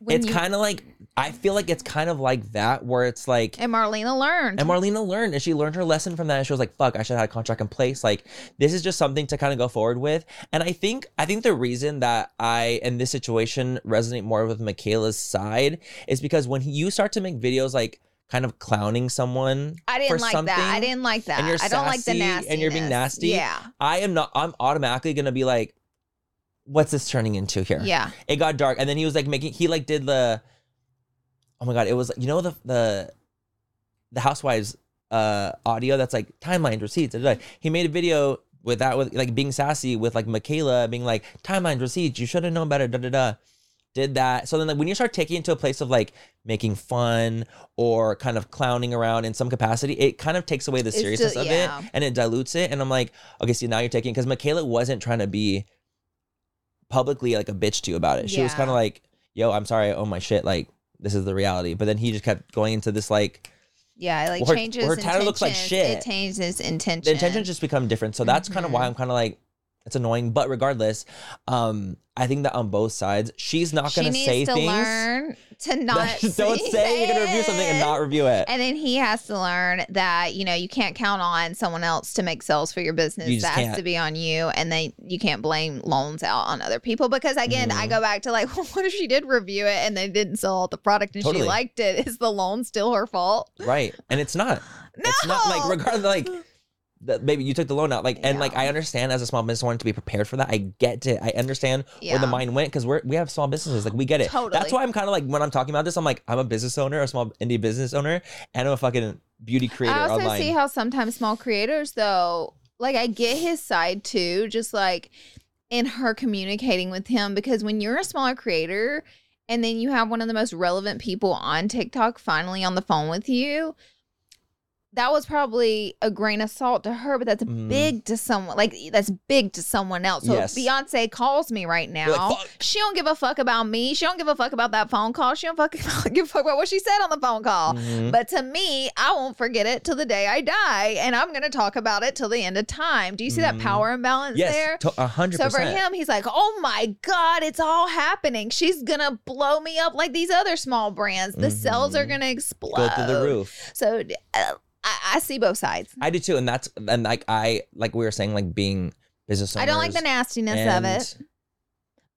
Speaker 2: When
Speaker 1: it's
Speaker 2: you-
Speaker 1: kind of like I feel like it's kind of like that where it's like
Speaker 2: and Marlena learned.
Speaker 1: And Marlena learned, and she learned her lesson from that. And she was like, "Fuck, I should have had a contract in place. Like, this is just something to kind of go forward with." And I think, I think the reason that I in this situation resonate more with Michaela's side is because when you start to make videos like kind of clowning someone,
Speaker 2: I
Speaker 1: for
Speaker 2: didn't like that. I
Speaker 1: something,
Speaker 2: didn't like that.
Speaker 1: and you're
Speaker 2: I don't like the
Speaker 1: sassy,
Speaker 2: nasty.
Speaker 1: and you're being nasty,
Speaker 2: Yeah.
Speaker 1: I am not. I'm automatically gonna be like, "What's this turning into here?"
Speaker 2: Yeah.
Speaker 1: it got dark and then he was like making he like did the oh my god it was you know the the the housewives uh audio that's like timelines receipts da, da, da. he made a video with that with like being sassy with like michaela being like timelines receipts you should have known better da da da did that so then like when you start taking it to a place of like making fun or kind of clowning around in some capacity it kind of takes away the
Speaker 2: It's still-
Speaker 1: seriousness of
Speaker 2: yeah.
Speaker 1: it and it dilutes it and i'm like okay see now you're taking because michaela wasn't trying to be publicly like a bitch to you about it. She was
Speaker 2: Yeah.
Speaker 1: kind of like, "Yo, I'm sorry, I own my shit. Like, this is the reality." But then he just kept going into this like
Speaker 2: Yeah. It like
Speaker 1: Well, her-
Speaker 2: changes.
Speaker 1: her tattoo looks like
Speaker 2: intentions.
Speaker 1: shit.
Speaker 2: It changes intention.
Speaker 1: the intentions just become different. So that's kind of why
Speaker 2: Mhm.
Speaker 1: I'm kind of like, it's annoying. But regardless, um, I think that on both sides, she's not
Speaker 2: she
Speaker 1: gonna
Speaker 2: needs
Speaker 1: say
Speaker 2: to
Speaker 1: things.
Speaker 2: learn to not
Speaker 1: that- don't
Speaker 2: see-
Speaker 1: say you're gonna review something and
Speaker 2: it.
Speaker 1: not review it.
Speaker 2: And then he has to learn that, you know, you can't count on someone else to make sales for your business.
Speaker 1: You just
Speaker 2: that
Speaker 1: can't.
Speaker 2: has to be on you. And then you can't blame loans out on other people. Because again, I
Speaker 1: Mhm.
Speaker 2: go back to like, well, what if she did review it and they didn't sell out the product and
Speaker 1: Totally.
Speaker 2: she liked it? Is the loan still her fault?
Speaker 1: right. And it's not.
Speaker 2: No.
Speaker 1: It's not like regardless like that maybe you took the loan out. Like and like
Speaker 2: Yeah.
Speaker 1: I understand as a small business owner to be prepared for that. I get it. I understand where the
Speaker 2: Yeah.
Speaker 1: mind went because we're we have small businesses. Like we get it. That's
Speaker 2: Totally.
Speaker 1: why I'm kind of like when I'm talking about this, I'm like, I'm a business owner, a small indie business owner, and I'm a fucking beauty creator
Speaker 2: I also
Speaker 1: online.
Speaker 2: see how sometimes small creators, though, like I get his side too, just like in her communicating with him, because when you're a smaller creator and then you have one of the most relevant people on TikTok finally on the phone with you, that was probably a grain of salt to her, but that's
Speaker 1: Mm.
Speaker 2: big to someone. Like that's big to someone else. So
Speaker 1: Yes.
Speaker 2: if Beyonce calls me right now.
Speaker 1: You're like, "Fuck."
Speaker 2: she don't give a fuck about me. She don't give a fuck about that phone call. She don't fucking give a fuck about what she said on the phone call.
Speaker 1: Mhm.
Speaker 2: But to me, I won't forget it till the day I die, and I'm gonna talk about it till the end of time. Do you see that
Speaker 1: Mhm.
Speaker 2: power imbalance there?
Speaker 1: Yes, to- a hundred
Speaker 2: So for
Speaker 1: percent.
Speaker 2: him, he's like, "Oh my god, it's all happening. She's gonna blow me up like these other small brands. The cells are
Speaker 1: Mhm.
Speaker 2: gonna explode
Speaker 1: go through the roof.
Speaker 2: So uh, I, I see both sides.
Speaker 1: I do too, and that's and like I like we were saying like being business.
Speaker 2: I don't like the
Speaker 1: owners
Speaker 2: nastiness of
Speaker 1: and-
Speaker 2: it,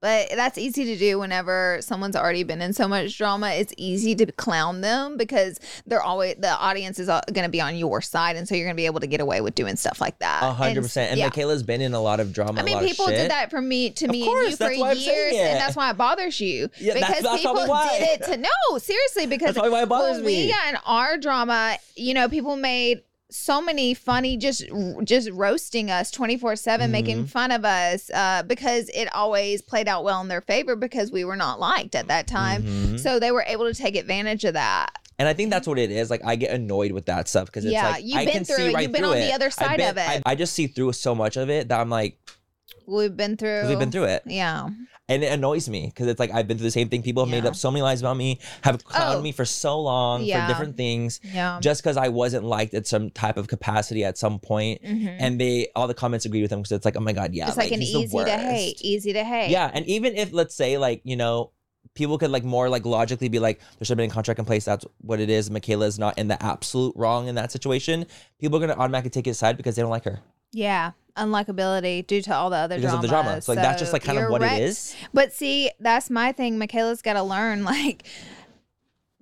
Speaker 2: but that's easy to do whenever someone's already been in so much drama. It's easy to clown them because they're always the audience is going to be on your side, and so you're going to be able to get away with doing stuff like that.
Speaker 1: A hundred
Speaker 2: uh, And-
Speaker 1: percent. And
Speaker 2: yeah.
Speaker 1: Michaela's been in a lot of drama.
Speaker 2: I mean,
Speaker 1: a lot of
Speaker 2: people
Speaker 1: shit.
Speaker 2: did that from me to
Speaker 1: Of
Speaker 2: me
Speaker 1: course,
Speaker 2: and you for
Speaker 1: that's why I'm saying
Speaker 2: years,
Speaker 1: it.
Speaker 2: and that's why it bothers you.
Speaker 1: Yeah, that's-
Speaker 2: because
Speaker 1: that's probably
Speaker 2: people
Speaker 1: why.
Speaker 2: did it to no, seriously, because
Speaker 1: That's probably why it bothers
Speaker 2: when
Speaker 1: me.
Speaker 2: we got in our drama, you know, people made so many funny just just roasting us 24 7
Speaker 1: Mm-hmm.
Speaker 2: making fun of us uh, because it always played out well in their favor because we were not liked at that time
Speaker 1: Mhm.
Speaker 2: so they were able to take advantage of that
Speaker 1: And I think that's what it is. Like I get annoyed with that stuff because it's
Speaker 2: Yeah,
Speaker 1: like
Speaker 2: you've
Speaker 1: I
Speaker 2: been
Speaker 1: can
Speaker 2: through
Speaker 1: see
Speaker 2: it.
Speaker 1: right
Speaker 2: You've been
Speaker 1: through
Speaker 2: on
Speaker 1: it.
Speaker 2: the other
Speaker 1: I've
Speaker 2: side
Speaker 1: been-
Speaker 2: of it.
Speaker 1: I, I just see through so much of it that I'm like,
Speaker 2: we've been through
Speaker 1: we've been through it,
Speaker 2: yeah
Speaker 1: and it annoys me because it's like I've been through the same thing. People have made
Speaker 2: Yeah.
Speaker 1: up so many lies about me, have clowned
Speaker 2: Oh.
Speaker 1: me for so long
Speaker 2: Yeah. Um.
Speaker 1: for different things,
Speaker 2: yeah
Speaker 1: just because I wasn't liked at some type of capacity at some point,
Speaker 2: Mhm.
Speaker 1: and they all the comments agreed with them because it's like, oh my god, yeah,
Speaker 2: it's like, an
Speaker 1: he's the
Speaker 2: easy to hate
Speaker 1: worst.
Speaker 2: easy to hate
Speaker 1: Yeah, and even if let's say like you know people could like more like logically be like there should have been a contract in place. That's what it is. Michaela is not in the absolute wrong in that situation. People are gonna automatically take his side because they don't like her
Speaker 2: yeah unlikability due to all the other
Speaker 1: because
Speaker 2: drama.
Speaker 1: of the drama. So like that's just like kind of
Speaker 2: you're
Speaker 1: what
Speaker 2: wrecked.
Speaker 1: it is.
Speaker 2: But see, that's my thing. Michaela's got to learn, like,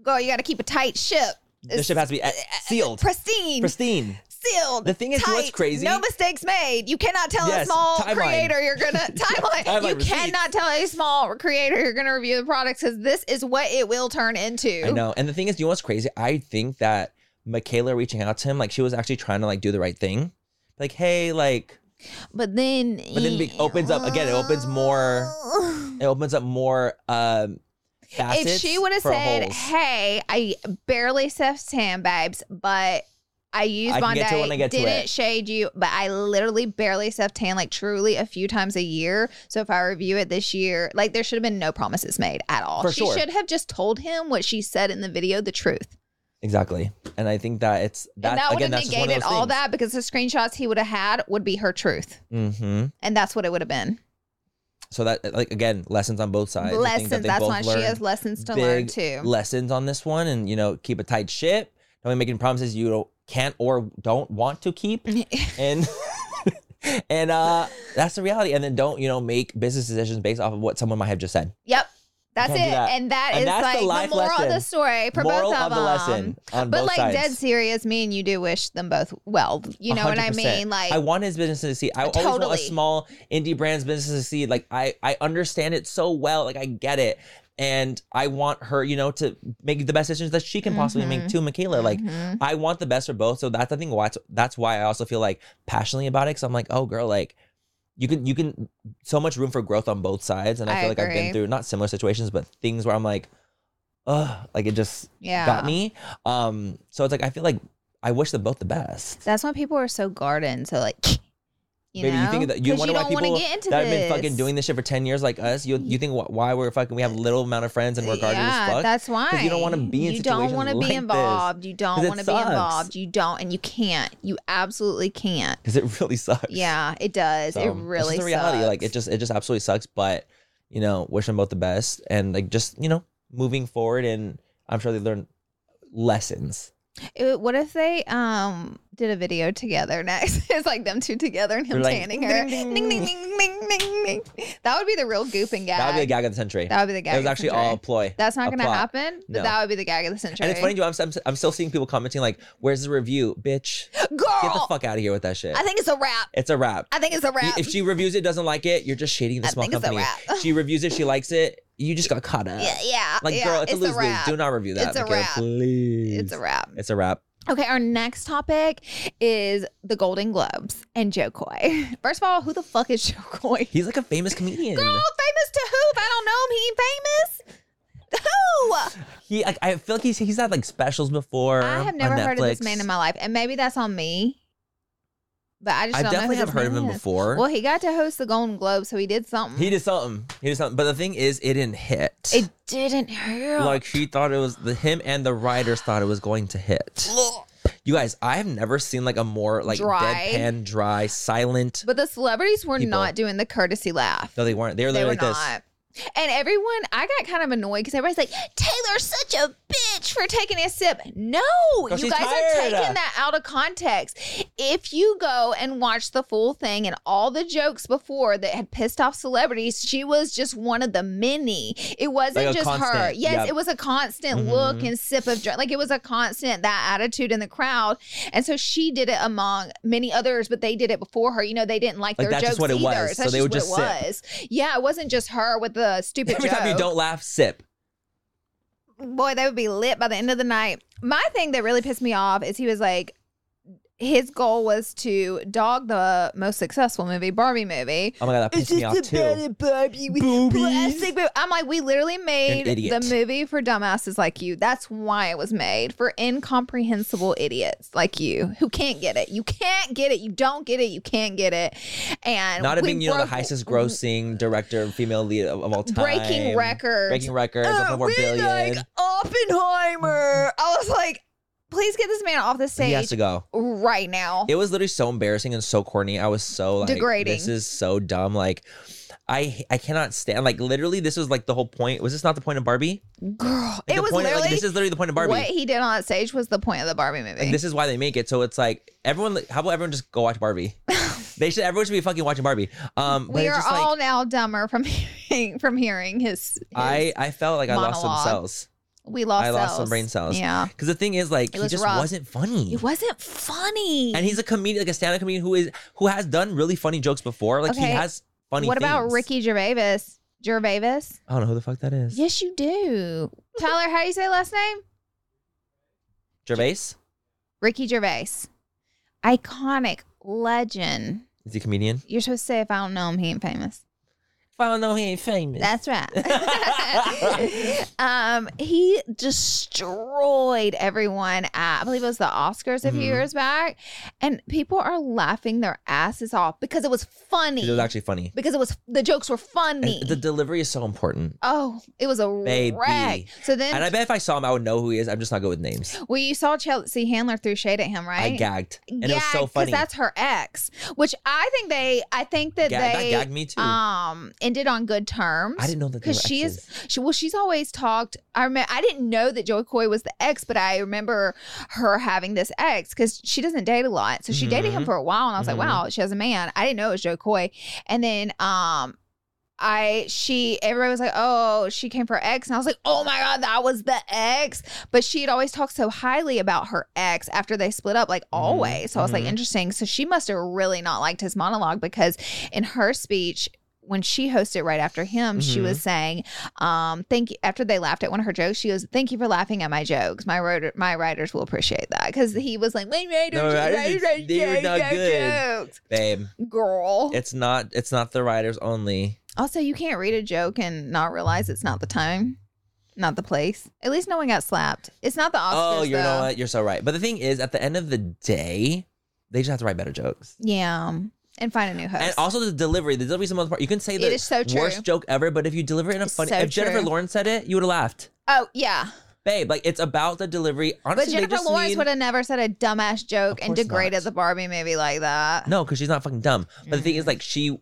Speaker 2: girl, you got to keep a tight ship.
Speaker 1: The ship has to be
Speaker 2: eh,
Speaker 1: uh, sealed,
Speaker 2: pristine,
Speaker 1: pristine.
Speaker 2: sealed.
Speaker 1: The thing is, you know what's
Speaker 2: tight,
Speaker 1: crazy?
Speaker 2: No mistakes made. You cannot tell
Speaker 1: Yes,
Speaker 2: a small
Speaker 1: timeline.
Speaker 2: creator you're gonna timeline.
Speaker 1: Timeline
Speaker 2: you
Speaker 1: receipts.
Speaker 2: cannot tell a small creator you're gonna review the products because this is what it will turn into.
Speaker 1: I know. And the thing is, you know what's crazy? I think that Michaela reaching out to him, like she was actually trying to like do the right thing. Like, hey, like
Speaker 2: But then,
Speaker 1: But then it opens up- again, it opens more it opens up more um facets
Speaker 2: if she would have
Speaker 1: for
Speaker 2: said,
Speaker 1: holes.
Speaker 2: "Hey, I barely sniffed hand, babes, but I used
Speaker 1: I can
Speaker 2: Bondi,
Speaker 1: get to it when I get to
Speaker 2: didn't
Speaker 1: it."
Speaker 2: shade you, but I literally barely sniffed tan, like truly a few times a year. So if I review it this year, like there should have been no promises made at all.
Speaker 1: For
Speaker 2: she
Speaker 1: sure.
Speaker 2: should have just told him what she said in the video, the truth,
Speaker 1: Exactly. And I think that it's that,
Speaker 2: and that would
Speaker 1: again,
Speaker 2: have
Speaker 1: that's just one of
Speaker 2: negated
Speaker 1: those
Speaker 2: all
Speaker 1: things.
Speaker 2: that because the screenshots he would have had would be her truth,
Speaker 1: Mm-hmm.
Speaker 2: and that's what it would have been.
Speaker 1: So that like again, lessons on both sides. I think
Speaker 2: lessons.
Speaker 1: that they
Speaker 2: That's
Speaker 1: both
Speaker 2: why she
Speaker 1: learned
Speaker 2: has lessons to learn
Speaker 1: big
Speaker 2: too.
Speaker 1: Lessons on this one, and you know, keep a tight ship. Don't be making promises you don't, can't or don't want to keep, and and uh that's the reality. And then don't you know make business decisions based off of what someone might have just said.
Speaker 2: Yep. That's it.
Speaker 1: Can't do that.
Speaker 2: And that
Speaker 1: And
Speaker 2: is
Speaker 1: that's the
Speaker 2: like the,
Speaker 1: life
Speaker 2: moral of the
Speaker 1: lesson.
Speaker 2: story for
Speaker 1: Moral
Speaker 2: both of,
Speaker 1: of the
Speaker 2: them.
Speaker 1: lesson on
Speaker 2: but
Speaker 1: both
Speaker 2: like
Speaker 1: sides.
Speaker 2: dead serious, me and you do wish them both well. You know what I
Speaker 1: 100%.
Speaker 2: mean? Like
Speaker 1: I want his business to succeed. I always want a
Speaker 2: Totally.
Speaker 1: small indie brand's business to succeed. Like I, I understand it so well. Like I get it, and I want her, you know, to make the best decisions that she can possibly make
Speaker 2: Mm-hmm.
Speaker 1: too. Michaela, like
Speaker 2: Mhm.
Speaker 1: I want the best for both. So that's I think why that's why I also feel like passionately about it because I'm like, oh girl, like you can you can so much room for growth on both sides, and I,
Speaker 2: I
Speaker 1: feel like I've been
Speaker 2: agree.
Speaker 1: through not similar situations, but things where I'm like, ugh, like it just
Speaker 2: yeah.
Speaker 1: got me. Um, so it's like I feel like I wish them both the best.
Speaker 2: That's why people are so garden. So like you
Speaker 1: Baby,
Speaker 2: know,
Speaker 1: you think that you
Speaker 2: 'Cause
Speaker 1: wonder
Speaker 2: don't
Speaker 1: why
Speaker 2: wanna
Speaker 1: people
Speaker 2: get into
Speaker 1: that
Speaker 2: this.
Speaker 1: have been fucking doing this shit for ten years like us. You you think wh- why we're fucking we have little amount of friends and we're guarded
Speaker 2: yeah,
Speaker 1: as fuck.
Speaker 2: That's why.
Speaker 1: you don't wanna be in
Speaker 2: You don't
Speaker 1: situations
Speaker 2: wanna
Speaker 1: like
Speaker 2: be
Speaker 1: this.
Speaker 2: involved. You
Speaker 1: 'Cause
Speaker 2: don't
Speaker 1: it
Speaker 2: want to be
Speaker 1: sucks.
Speaker 2: involved. You don't and you can't. You absolutely can't.
Speaker 1: because it really sucks.
Speaker 2: Yeah, it does.
Speaker 1: So,
Speaker 2: it
Speaker 1: it's just
Speaker 2: really
Speaker 1: the reality. Like
Speaker 2: sucks.
Speaker 1: it just it just absolutely sucks. But you know, wish them both the best and like just you know moving forward and I'm sure they learned lessons.
Speaker 2: It- what if they um did a video together next? it's like them two together and him
Speaker 1: They're like,
Speaker 2: tanning her.
Speaker 1: "Ding,
Speaker 2: Ding,
Speaker 1: ding."
Speaker 2: ding, ding, ding, ding, ding. That would be the real gooping gag.
Speaker 1: That would be a gag of the century.
Speaker 2: That would be the gag.
Speaker 1: it was
Speaker 2: of
Speaker 1: actually
Speaker 2: the century.
Speaker 1: all a ploy.
Speaker 2: That's not
Speaker 1: a
Speaker 2: going to
Speaker 1: plot.
Speaker 2: happen. But
Speaker 1: No.
Speaker 2: that would be the gag of the century.
Speaker 1: and it's funny, too. I'm, I'm I'm still seeing people commenting like, "Where's the review, bitch?
Speaker 2: Girl,
Speaker 1: Get the fuck out of here with that shit.
Speaker 2: Oh. I think it's a wrap.
Speaker 1: it's a wrap.
Speaker 2: I think it's a wrap.
Speaker 1: If she reviews it, doesn't like it, you're just shading the
Speaker 2: I
Speaker 1: small
Speaker 2: think it's a
Speaker 1: company.
Speaker 2: wrap.
Speaker 1: She reviews it, she likes it. You just got caught up.
Speaker 2: yeah, yeah.
Speaker 1: Like,
Speaker 2: yeah,
Speaker 1: girl, it's, a lose lose.
Speaker 2: wrap.
Speaker 1: Do not review that.
Speaker 2: It's a
Speaker 1: Michaela,
Speaker 2: wrap.
Speaker 1: Please.
Speaker 2: It's a wrap.
Speaker 1: It's a wrap.
Speaker 2: Okay, our next topic is the Golden Globes and Joe Coy. First of all, who the fuck is Joe Coy?
Speaker 1: He's like a famous comedian.
Speaker 2: Girl, famous to who? If I don't know him, he ain't famous.
Speaker 1: He, I, I feel like he's he's had like specials before.
Speaker 2: I have never
Speaker 1: on
Speaker 2: heard of this
Speaker 1: Netflix.
Speaker 2: man in my life, and maybe that's on me. But I just
Speaker 1: I
Speaker 2: don't
Speaker 1: definitely
Speaker 2: know who
Speaker 1: have
Speaker 2: this
Speaker 1: heard of
Speaker 2: man
Speaker 1: him
Speaker 2: is.
Speaker 1: before.
Speaker 2: Well, he got to host the Golden Globe, so he did something.
Speaker 1: He did something. He did something. But the thing is, it didn't hit.
Speaker 2: it didn't hurt.
Speaker 1: like she thought it was the him and the writers thought it was going to hit. You guys, I have never seen like a more like
Speaker 2: Dry.
Speaker 1: deadpan, dry, silent.
Speaker 2: but the celebrities were
Speaker 1: People.
Speaker 2: not doing the courtesy laugh.
Speaker 1: No, they weren't. They were
Speaker 2: they were
Speaker 1: literally like
Speaker 2: not. And everyone, I got kind of annoyed because everybody's like, "Taylor's such a bitch for taking a sip." No, you
Speaker 1: she's
Speaker 2: guys are
Speaker 1: tired.
Speaker 2: taking that out of context. If you go and watch the full thing and all the jokes before that had pissed off celebrities, she was just one of the many. It wasn't
Speaker 1: Like a
Speaker 2: just her.
Speaker 1: constant.
Speaker 2: Yes,
Speaker 1: Yep.
Speaker 2: it was a constant look
Speaker 1: Mhm.
Speaker 2: and sip of drink. Like it was a constant that attitude in the crowd. And so she did it among many others, but they did it before her. You know, they didn't like,
Speaker 1: Like,
Speaker 2: their
Speaker 1: that's
Speaker 2: jokes
Speaker 1: just what it
Speaker 2: either. That's
Speaker 1: was. So they
Speaker 2: just
Speaker 1: would just
Speaker 2: what it was. Yeah, it wasn't just her with the
Speaker 1: this.
Speaker 2: stupid
Speaker 1: Every time you
Speaker 2: joke.
Speaker 1: don't laugh, sip.
Speaker 2: Boy, they would be lit by the end of the night. My thing that really pissed me off is he was like, his goal was to dog the most successful movie, Barbie movie.
Speaker 1: Oh my god, that pissed me off too.
Speaker 2: Barbie with
Speaker 1: Boobies.
Speaker 2: plastic boob- I'm like, we literally made the
Speaker 1: idiot.
Speaker 2: movie for dumbasses like you. That's why it was made for incomprehensible idiots like you who can't get it. You can't get it. You don't get it. You can't get it. And
Speaker 1: Not it
Speaker 2: we
Speaker 1: being you know the
Speaker 2: broke-
Speaker 1: highest grossing director, female lead of, of all time,
Speaker 2: breaking records.
Speaker 1: breaking records,
Speaker 2: Uh,
Speaker 1: 1.4
Speaker 2: we
Speaker 1: billion.
Speaker 2: like Oppenheimer. I was like, please get this man off the
Speaker 1: he
Speaker 2: stage
Speaker 1: has to go.
Speaker 2: right now.
Speaker 1: It was literally so embarrassing and so corny. I was so like,
Speaker 2: Degrading.
Speaker 1: This is so dumb. Like, I I cannot stand. Like, literally, this was like the whole point. Was this not the point of Barbie?
Speaker 2: Girl,
Speaker 1: Like,
Speaker 2: it
Speaker 1: the
Speaker 2: was
Speaker 1: point,
Speaker 2: literally
Speaker 1: like, this is literally the point of Barbie.
Speaker 2: what he did on that stage was the point of the Barbie movie.
Speaker 1: Like, this is why they make it. So it's like everyone. How about everyone just go watch Barbie? they should. Everyone should be fucking watching Barbie. Um, but
Speaker 2: we
Speaker 1: it's
Speaker 2: are
Speaker 1: just
Speaker 2: all
Speaker 1: like
Speaker 2: now dumber from hearing from hearing his. his
Speaker 1: I I felt like I lost
Speaker 2: monologue.
Speaker 1: some cells
Speaker 2: we lost.
Speaker 1: I lost some
Speaker 2: cells.
Speaker 1: brain cells.
Speaker 2: Yeah,
Speaker 1: because the thing is like
Speaker 2: It
Speaker 1: he
Speaker 2: was
Speaker 1: just
Speaker 2: rough.
Speaker 1: wasn't funny.
Speaker 2: it wasn't funny.
Speaker 1: and he's a comedian, like a stand-up comedian who is who has done really funny jokes before. Like he
Speaker 2: Okay.
Speaker 1: has funny.
Speaker 2: what about
Speaker 1: things.
Speaker 2: Ricky Gervais? Gervais?
Speaker 1: I don't know who the fuck that is.
Speaker 2: Yes, you do. Tyler, how do you say last name?
Speaker 1: Gervais
Speaker 2: Ricky Gervais, iconic legend.
Speaker 1: is he a comedian?
Speaker 2: You're supposed to say if I don't know him, he ain't famous.
Speaker 1: If I don't know, he ain't famous.
Speaker 2: That's right. um, he destroyed everyone at I believe it was the Oscars a few
Speaker 1: Mhm.
Speaker 2: years back, and people are laughing their asses off because it was funny.
Speaker 1: it was actually funny.
Speaker 2: because it was the jokes were
Speaker 1: And
Speaker 2: funny.
Speaker 1: the delivery is so important.
Speaker 2: oh, it was a
Speaker 1: Baby.
Speaker 2: wreck. So then,
Speaker 1: And I bet if I saw him, I would know who he is. I'm just not good with names.
Speaker 2: well, you saw Chelsea Handler threw shade at him, right?
Speaker 1: I gagged, and
Speaker 2: yeah,
Speaker 1: it was so funny.
Speaker 2: that's her ex, which I think they, I think that
Speaker 1: Gag-
Speaker 2: they
Speaker 1: that gagged me too.
Speaker 2: um ended on good terms.
Speaker 1: I didn't know that they were
Speaker 2: because she is
Speaker 1: exes.
Speaker 2: she well she's always talked i remember i didn't know that joy coy was the ex but i remember her having this ex because she doesn't date a lot so she dated him
Speaker 1: Mhm.
Speaker 2: for a while and i was
Speaker 1: Mhm.
Speaker 2: like wow she has a man i didn't know it was joe coy and then um I she everybody was like oh she came for ex and I was like oh my god that was the ex but she had always talked so highly about her ex after they split up like always so I was like
Speaker 1: mhm.
Speaker 2: interesting so she must have really not liked his monologue because in her speech when she hosted right after him she
Speaker 1: Mhm.
Speaker 2: was saying um, thank you. After they laughed at one of her jokes, she goes, "Thank you for laughing at my jokes. My writer, my writers will appreciate that." Because he was like, "My writers,
Speaker 1: No,
Speaker 2: my
Speaker 1: writers,
Speaker 2: writers,
Speaker 1: they were not
Speaker 2: write
Speaker 1: good.
Speaker 2: jokes,
Speaker 1: babe.
Speaker 2: girl."
Speaker 1: It's not. It's not the writers only.
Speaker 2: also, you can't read a joke and not realize it's not the time, not the place. At least no one got slapped. It's not the Oscars.
Speaker 1: oh, you
Speaker 2: though.
Speaker 1: know what? You're so right. But the thing is, at the end of the day, they just have to write better jokes.
Speaker 2: Yeah, and find a new host.
Speaker 1: And also the delivery. The delivery is the most part. You can say
Speaker 2: It
Speaker 1: the
Speaker 2: is so true.
Speaker 1: worst joke ever, but if you deliver it in a
Speaker 2: It's
Speaker 1: funny,
Speaker 2: so
Speaker 1: if Jennifer
Speaker 2: true.
Speaker 1: Lawrence said it, you would have laughed,
Speaker 2: oh yeah,
Speaker 1: babe. Like it's about the delivery.
Speaker 2: but
Speaker 1: Honestly, they
Speaker 2: Jennifer
Speaker 1: just
Speaker 2: Lawrence
Speaker 1: need-
Speaker 2: would have never said a dumbass joke and
Speaker 1: course not.
Speaker 2: degraded the Barbie movie like that.
Speaker 1: No, because she's not fucking dumb. But the thing is, like, she.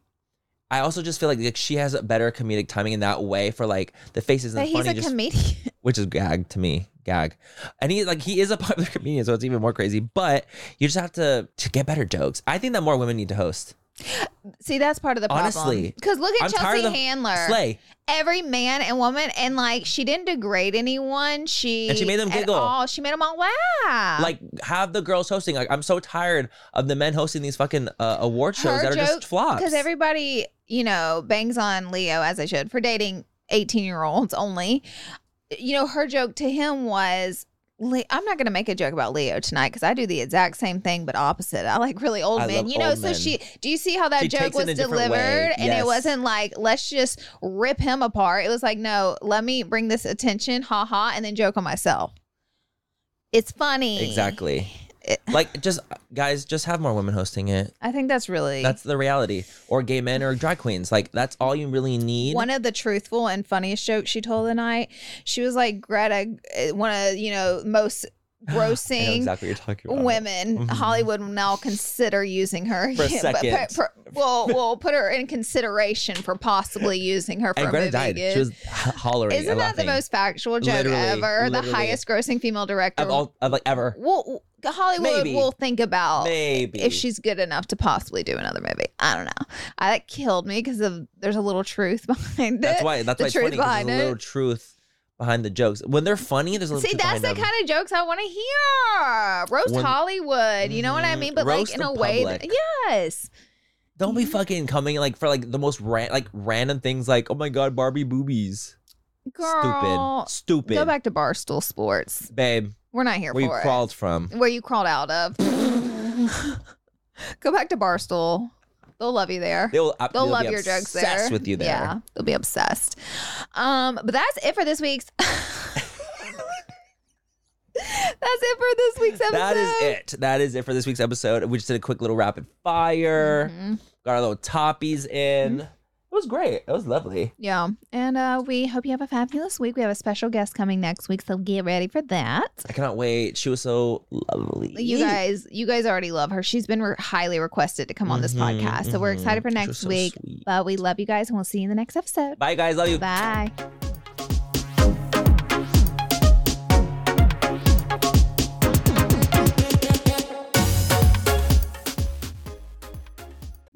Speaker 1: I also just feel like, like she has a better comedic timing in that way for like the faces
Speaker 2: But
Speaker 1: and
Speaker 2: he's
Speaker 1: funny,
Speaker 2: a
Speaker 1: just
Speaker 2: comedian.
Speaker 1: which is gag to me, gag. And he like he is a popular comedian, so it's even more crazy. But you just have to to get better jokes. I think that more women need to host.
Speaker 2: See, that's part of the problem.
Speaker 1: Honestly,
Speaker 2: because look at
Speaker 1: I'm tired
Speaker 2: Chelsea
Speaker 1: of the
Speaker 2: Handler.
Speaker 1: Slay.
Speaker 2: every man and woman and like she didn't degrade anyone she
Speaker 1: And she made them
Speaker 2: at
Speaker 1: giggle.
Speaker 2: all. she made them all laugh
Speaker 1: Like have the girls hosting. Like I'm so tired of the men hosting these fucking uh, award shows
Speaker 2: Her
Speaker 1: that are
Speaker 2: joke-
Speaker 1: just flops.
Speaker 2: because everybody you know bangs on leo as they should for dating 18 year olds only you know her joke to him was Le- I'm not going to make a joke about Leo tonight because I do the exact same thing, but opposite. I like really old
Speaker 1: I
Speaker 2: men,
Speaker 1: love
Speaker 2: you know.
Speaker 1: old
Speaker 2: so
Speaker 1: men.
Speaker 2: she, do you see how that
Speaker 1: She
Speaker 2: joke
Speaker 1: takes it
Speaker 2: was
Speaker 1: in a different way.
Speaker 2: delivered? And
Speaker 1: Yes.
Speaker 2: it wasn't like let's just rip him apart. It was like no, let me bring this attention, ha ha, and then joke on myself. It's funny,
Speaker 1: Exactly.
Speaker 2: It-
Speaker 1: like just guys, just have more women hosting it.
Speaker 2: I think that's really
Speaker 1: That's the reality. Or gay men or drag queens. Like that's all you really need.
Speaker 2: One of the truthful and funniest jokes she told the night, she was like Greta, uh, one of you know most
Speaker 1: I know
Speaker 2: grossing
Speaker 1: exactly what you're talking about.
Speaker 2: women.
Speaker 1: Mhm.
Speaker 2: Hollywood will now consider using her
Speaker 1: For a
Speaker 2: But
Speaker 1: second.
Speaker 2: put- for- we'll, we'll put her in consideration for possibly using her for
Speaker 1: And
Speaker 2: a
Speaker 1: Greta
Speaker 2: movie
Speaker 1: died.
Speaker 2: gig.
Speaker 1: She was h- hollering.
Speaker 2: Isn't
Speaker 1: and
Speaker 2: that the
Speaker 1: laughing.
Speaker 2: most factual joke
Speaker 1: Literally,
Speaker 2: ever?
Speaker 1: literally.
Speaker 2: The highest grossing female director.
Speaker 1: of all of like ever?
Speaker 2: Well, Hollywood
Speaker 1: Maybe.
Speaker 2: will think about
Speaker 1: Maybe
Speaker 2: if she's good enough to possibly do another movie. I don't know. I that killed me because of there's a little truth behind it.
Speaker 1: That's why. That's
Speaker 2: the
Speaker 1: why it's
Speaker 2: truth
Speaker 1: funny. 'cause
Speaker 2: behind
Speaker 1: There's a little
Speaker 2: it.
Speaker 1: truth behind the jokes. When they're funny, there's a little.
Speaker 2: See,
Speaker 1: truth
Speaker 2: that's
Speaker 1: behind
Speaker 2: the
Speaker 1: them.
Speaker 2: kind of jokes I want to hear. Roast
Speaker 1: When-
Speaker 2: Hollywood, you know what I
Speaker 1: Mhm.
Speaker 2: mean? But
Speaker 1: Roast
Speaker 2: like in
Speaker 1: the
Speaker 2: a way, that,
Speaker 1: public.
Speaker 2: yes.
Speaker 1: Don't be fucking coming like for like the most ran- like random things like oh my god Barbie boobies.
Speaker 2: Girl,
Speaker 1: Stupid. Stupid.
Speaker 2: go back to barstool sports.
Speaker 1: Babe,
Speaker 2: We're not here
Speaker 1: where you
Speaker 2: for
Speaker 1: crawled from.
Speaker 2: it. Mm-hmm. Where you crawled out of. go back to barstool. They'll love you there.
Speaker 1: They'll, uh,
Speaker 2: They'll
Speaker 1: they'll
Speaker 2: love
Speaker 1: be
Speaker 2: your jokes there.
Speaker 1: obsessed with you there.
Speaker 2: Yeah, they'll be obsessed. Um, but that's it for this week's. that's it for this week's episode.
Speaker 1: That is it. That is it for this week's episode. We just did a quick little rapid fire.
Speaker 2: Mhm.
Speaker 1: Got our little toppies in. Mm-hmm. It was great. It was lovely.
Speaker 2: Yeah, and uh, we hope you have a fabulous week. We have a special guest coming next week, so get ready for that.
Speaker 1: I cannot wait. She was so lovely.
Speaker 2: You guys, you guys already love her. She's been re- highly requested to come on this
Speaker 1: Mhm,
Speaker 2: podcast, so we're
Speaker 1: mhm.
Speaker 2: excited for
Speaker 1: She was
Speaker 2: next
Speaker 1: so
Speaker 2: week.
Speaker 1: sweet.
Speaker 2: But we love you guys, and we'll see you in the next episode.
Speaker 1: Bye, guys. Love you.
Speaker 2: Bye.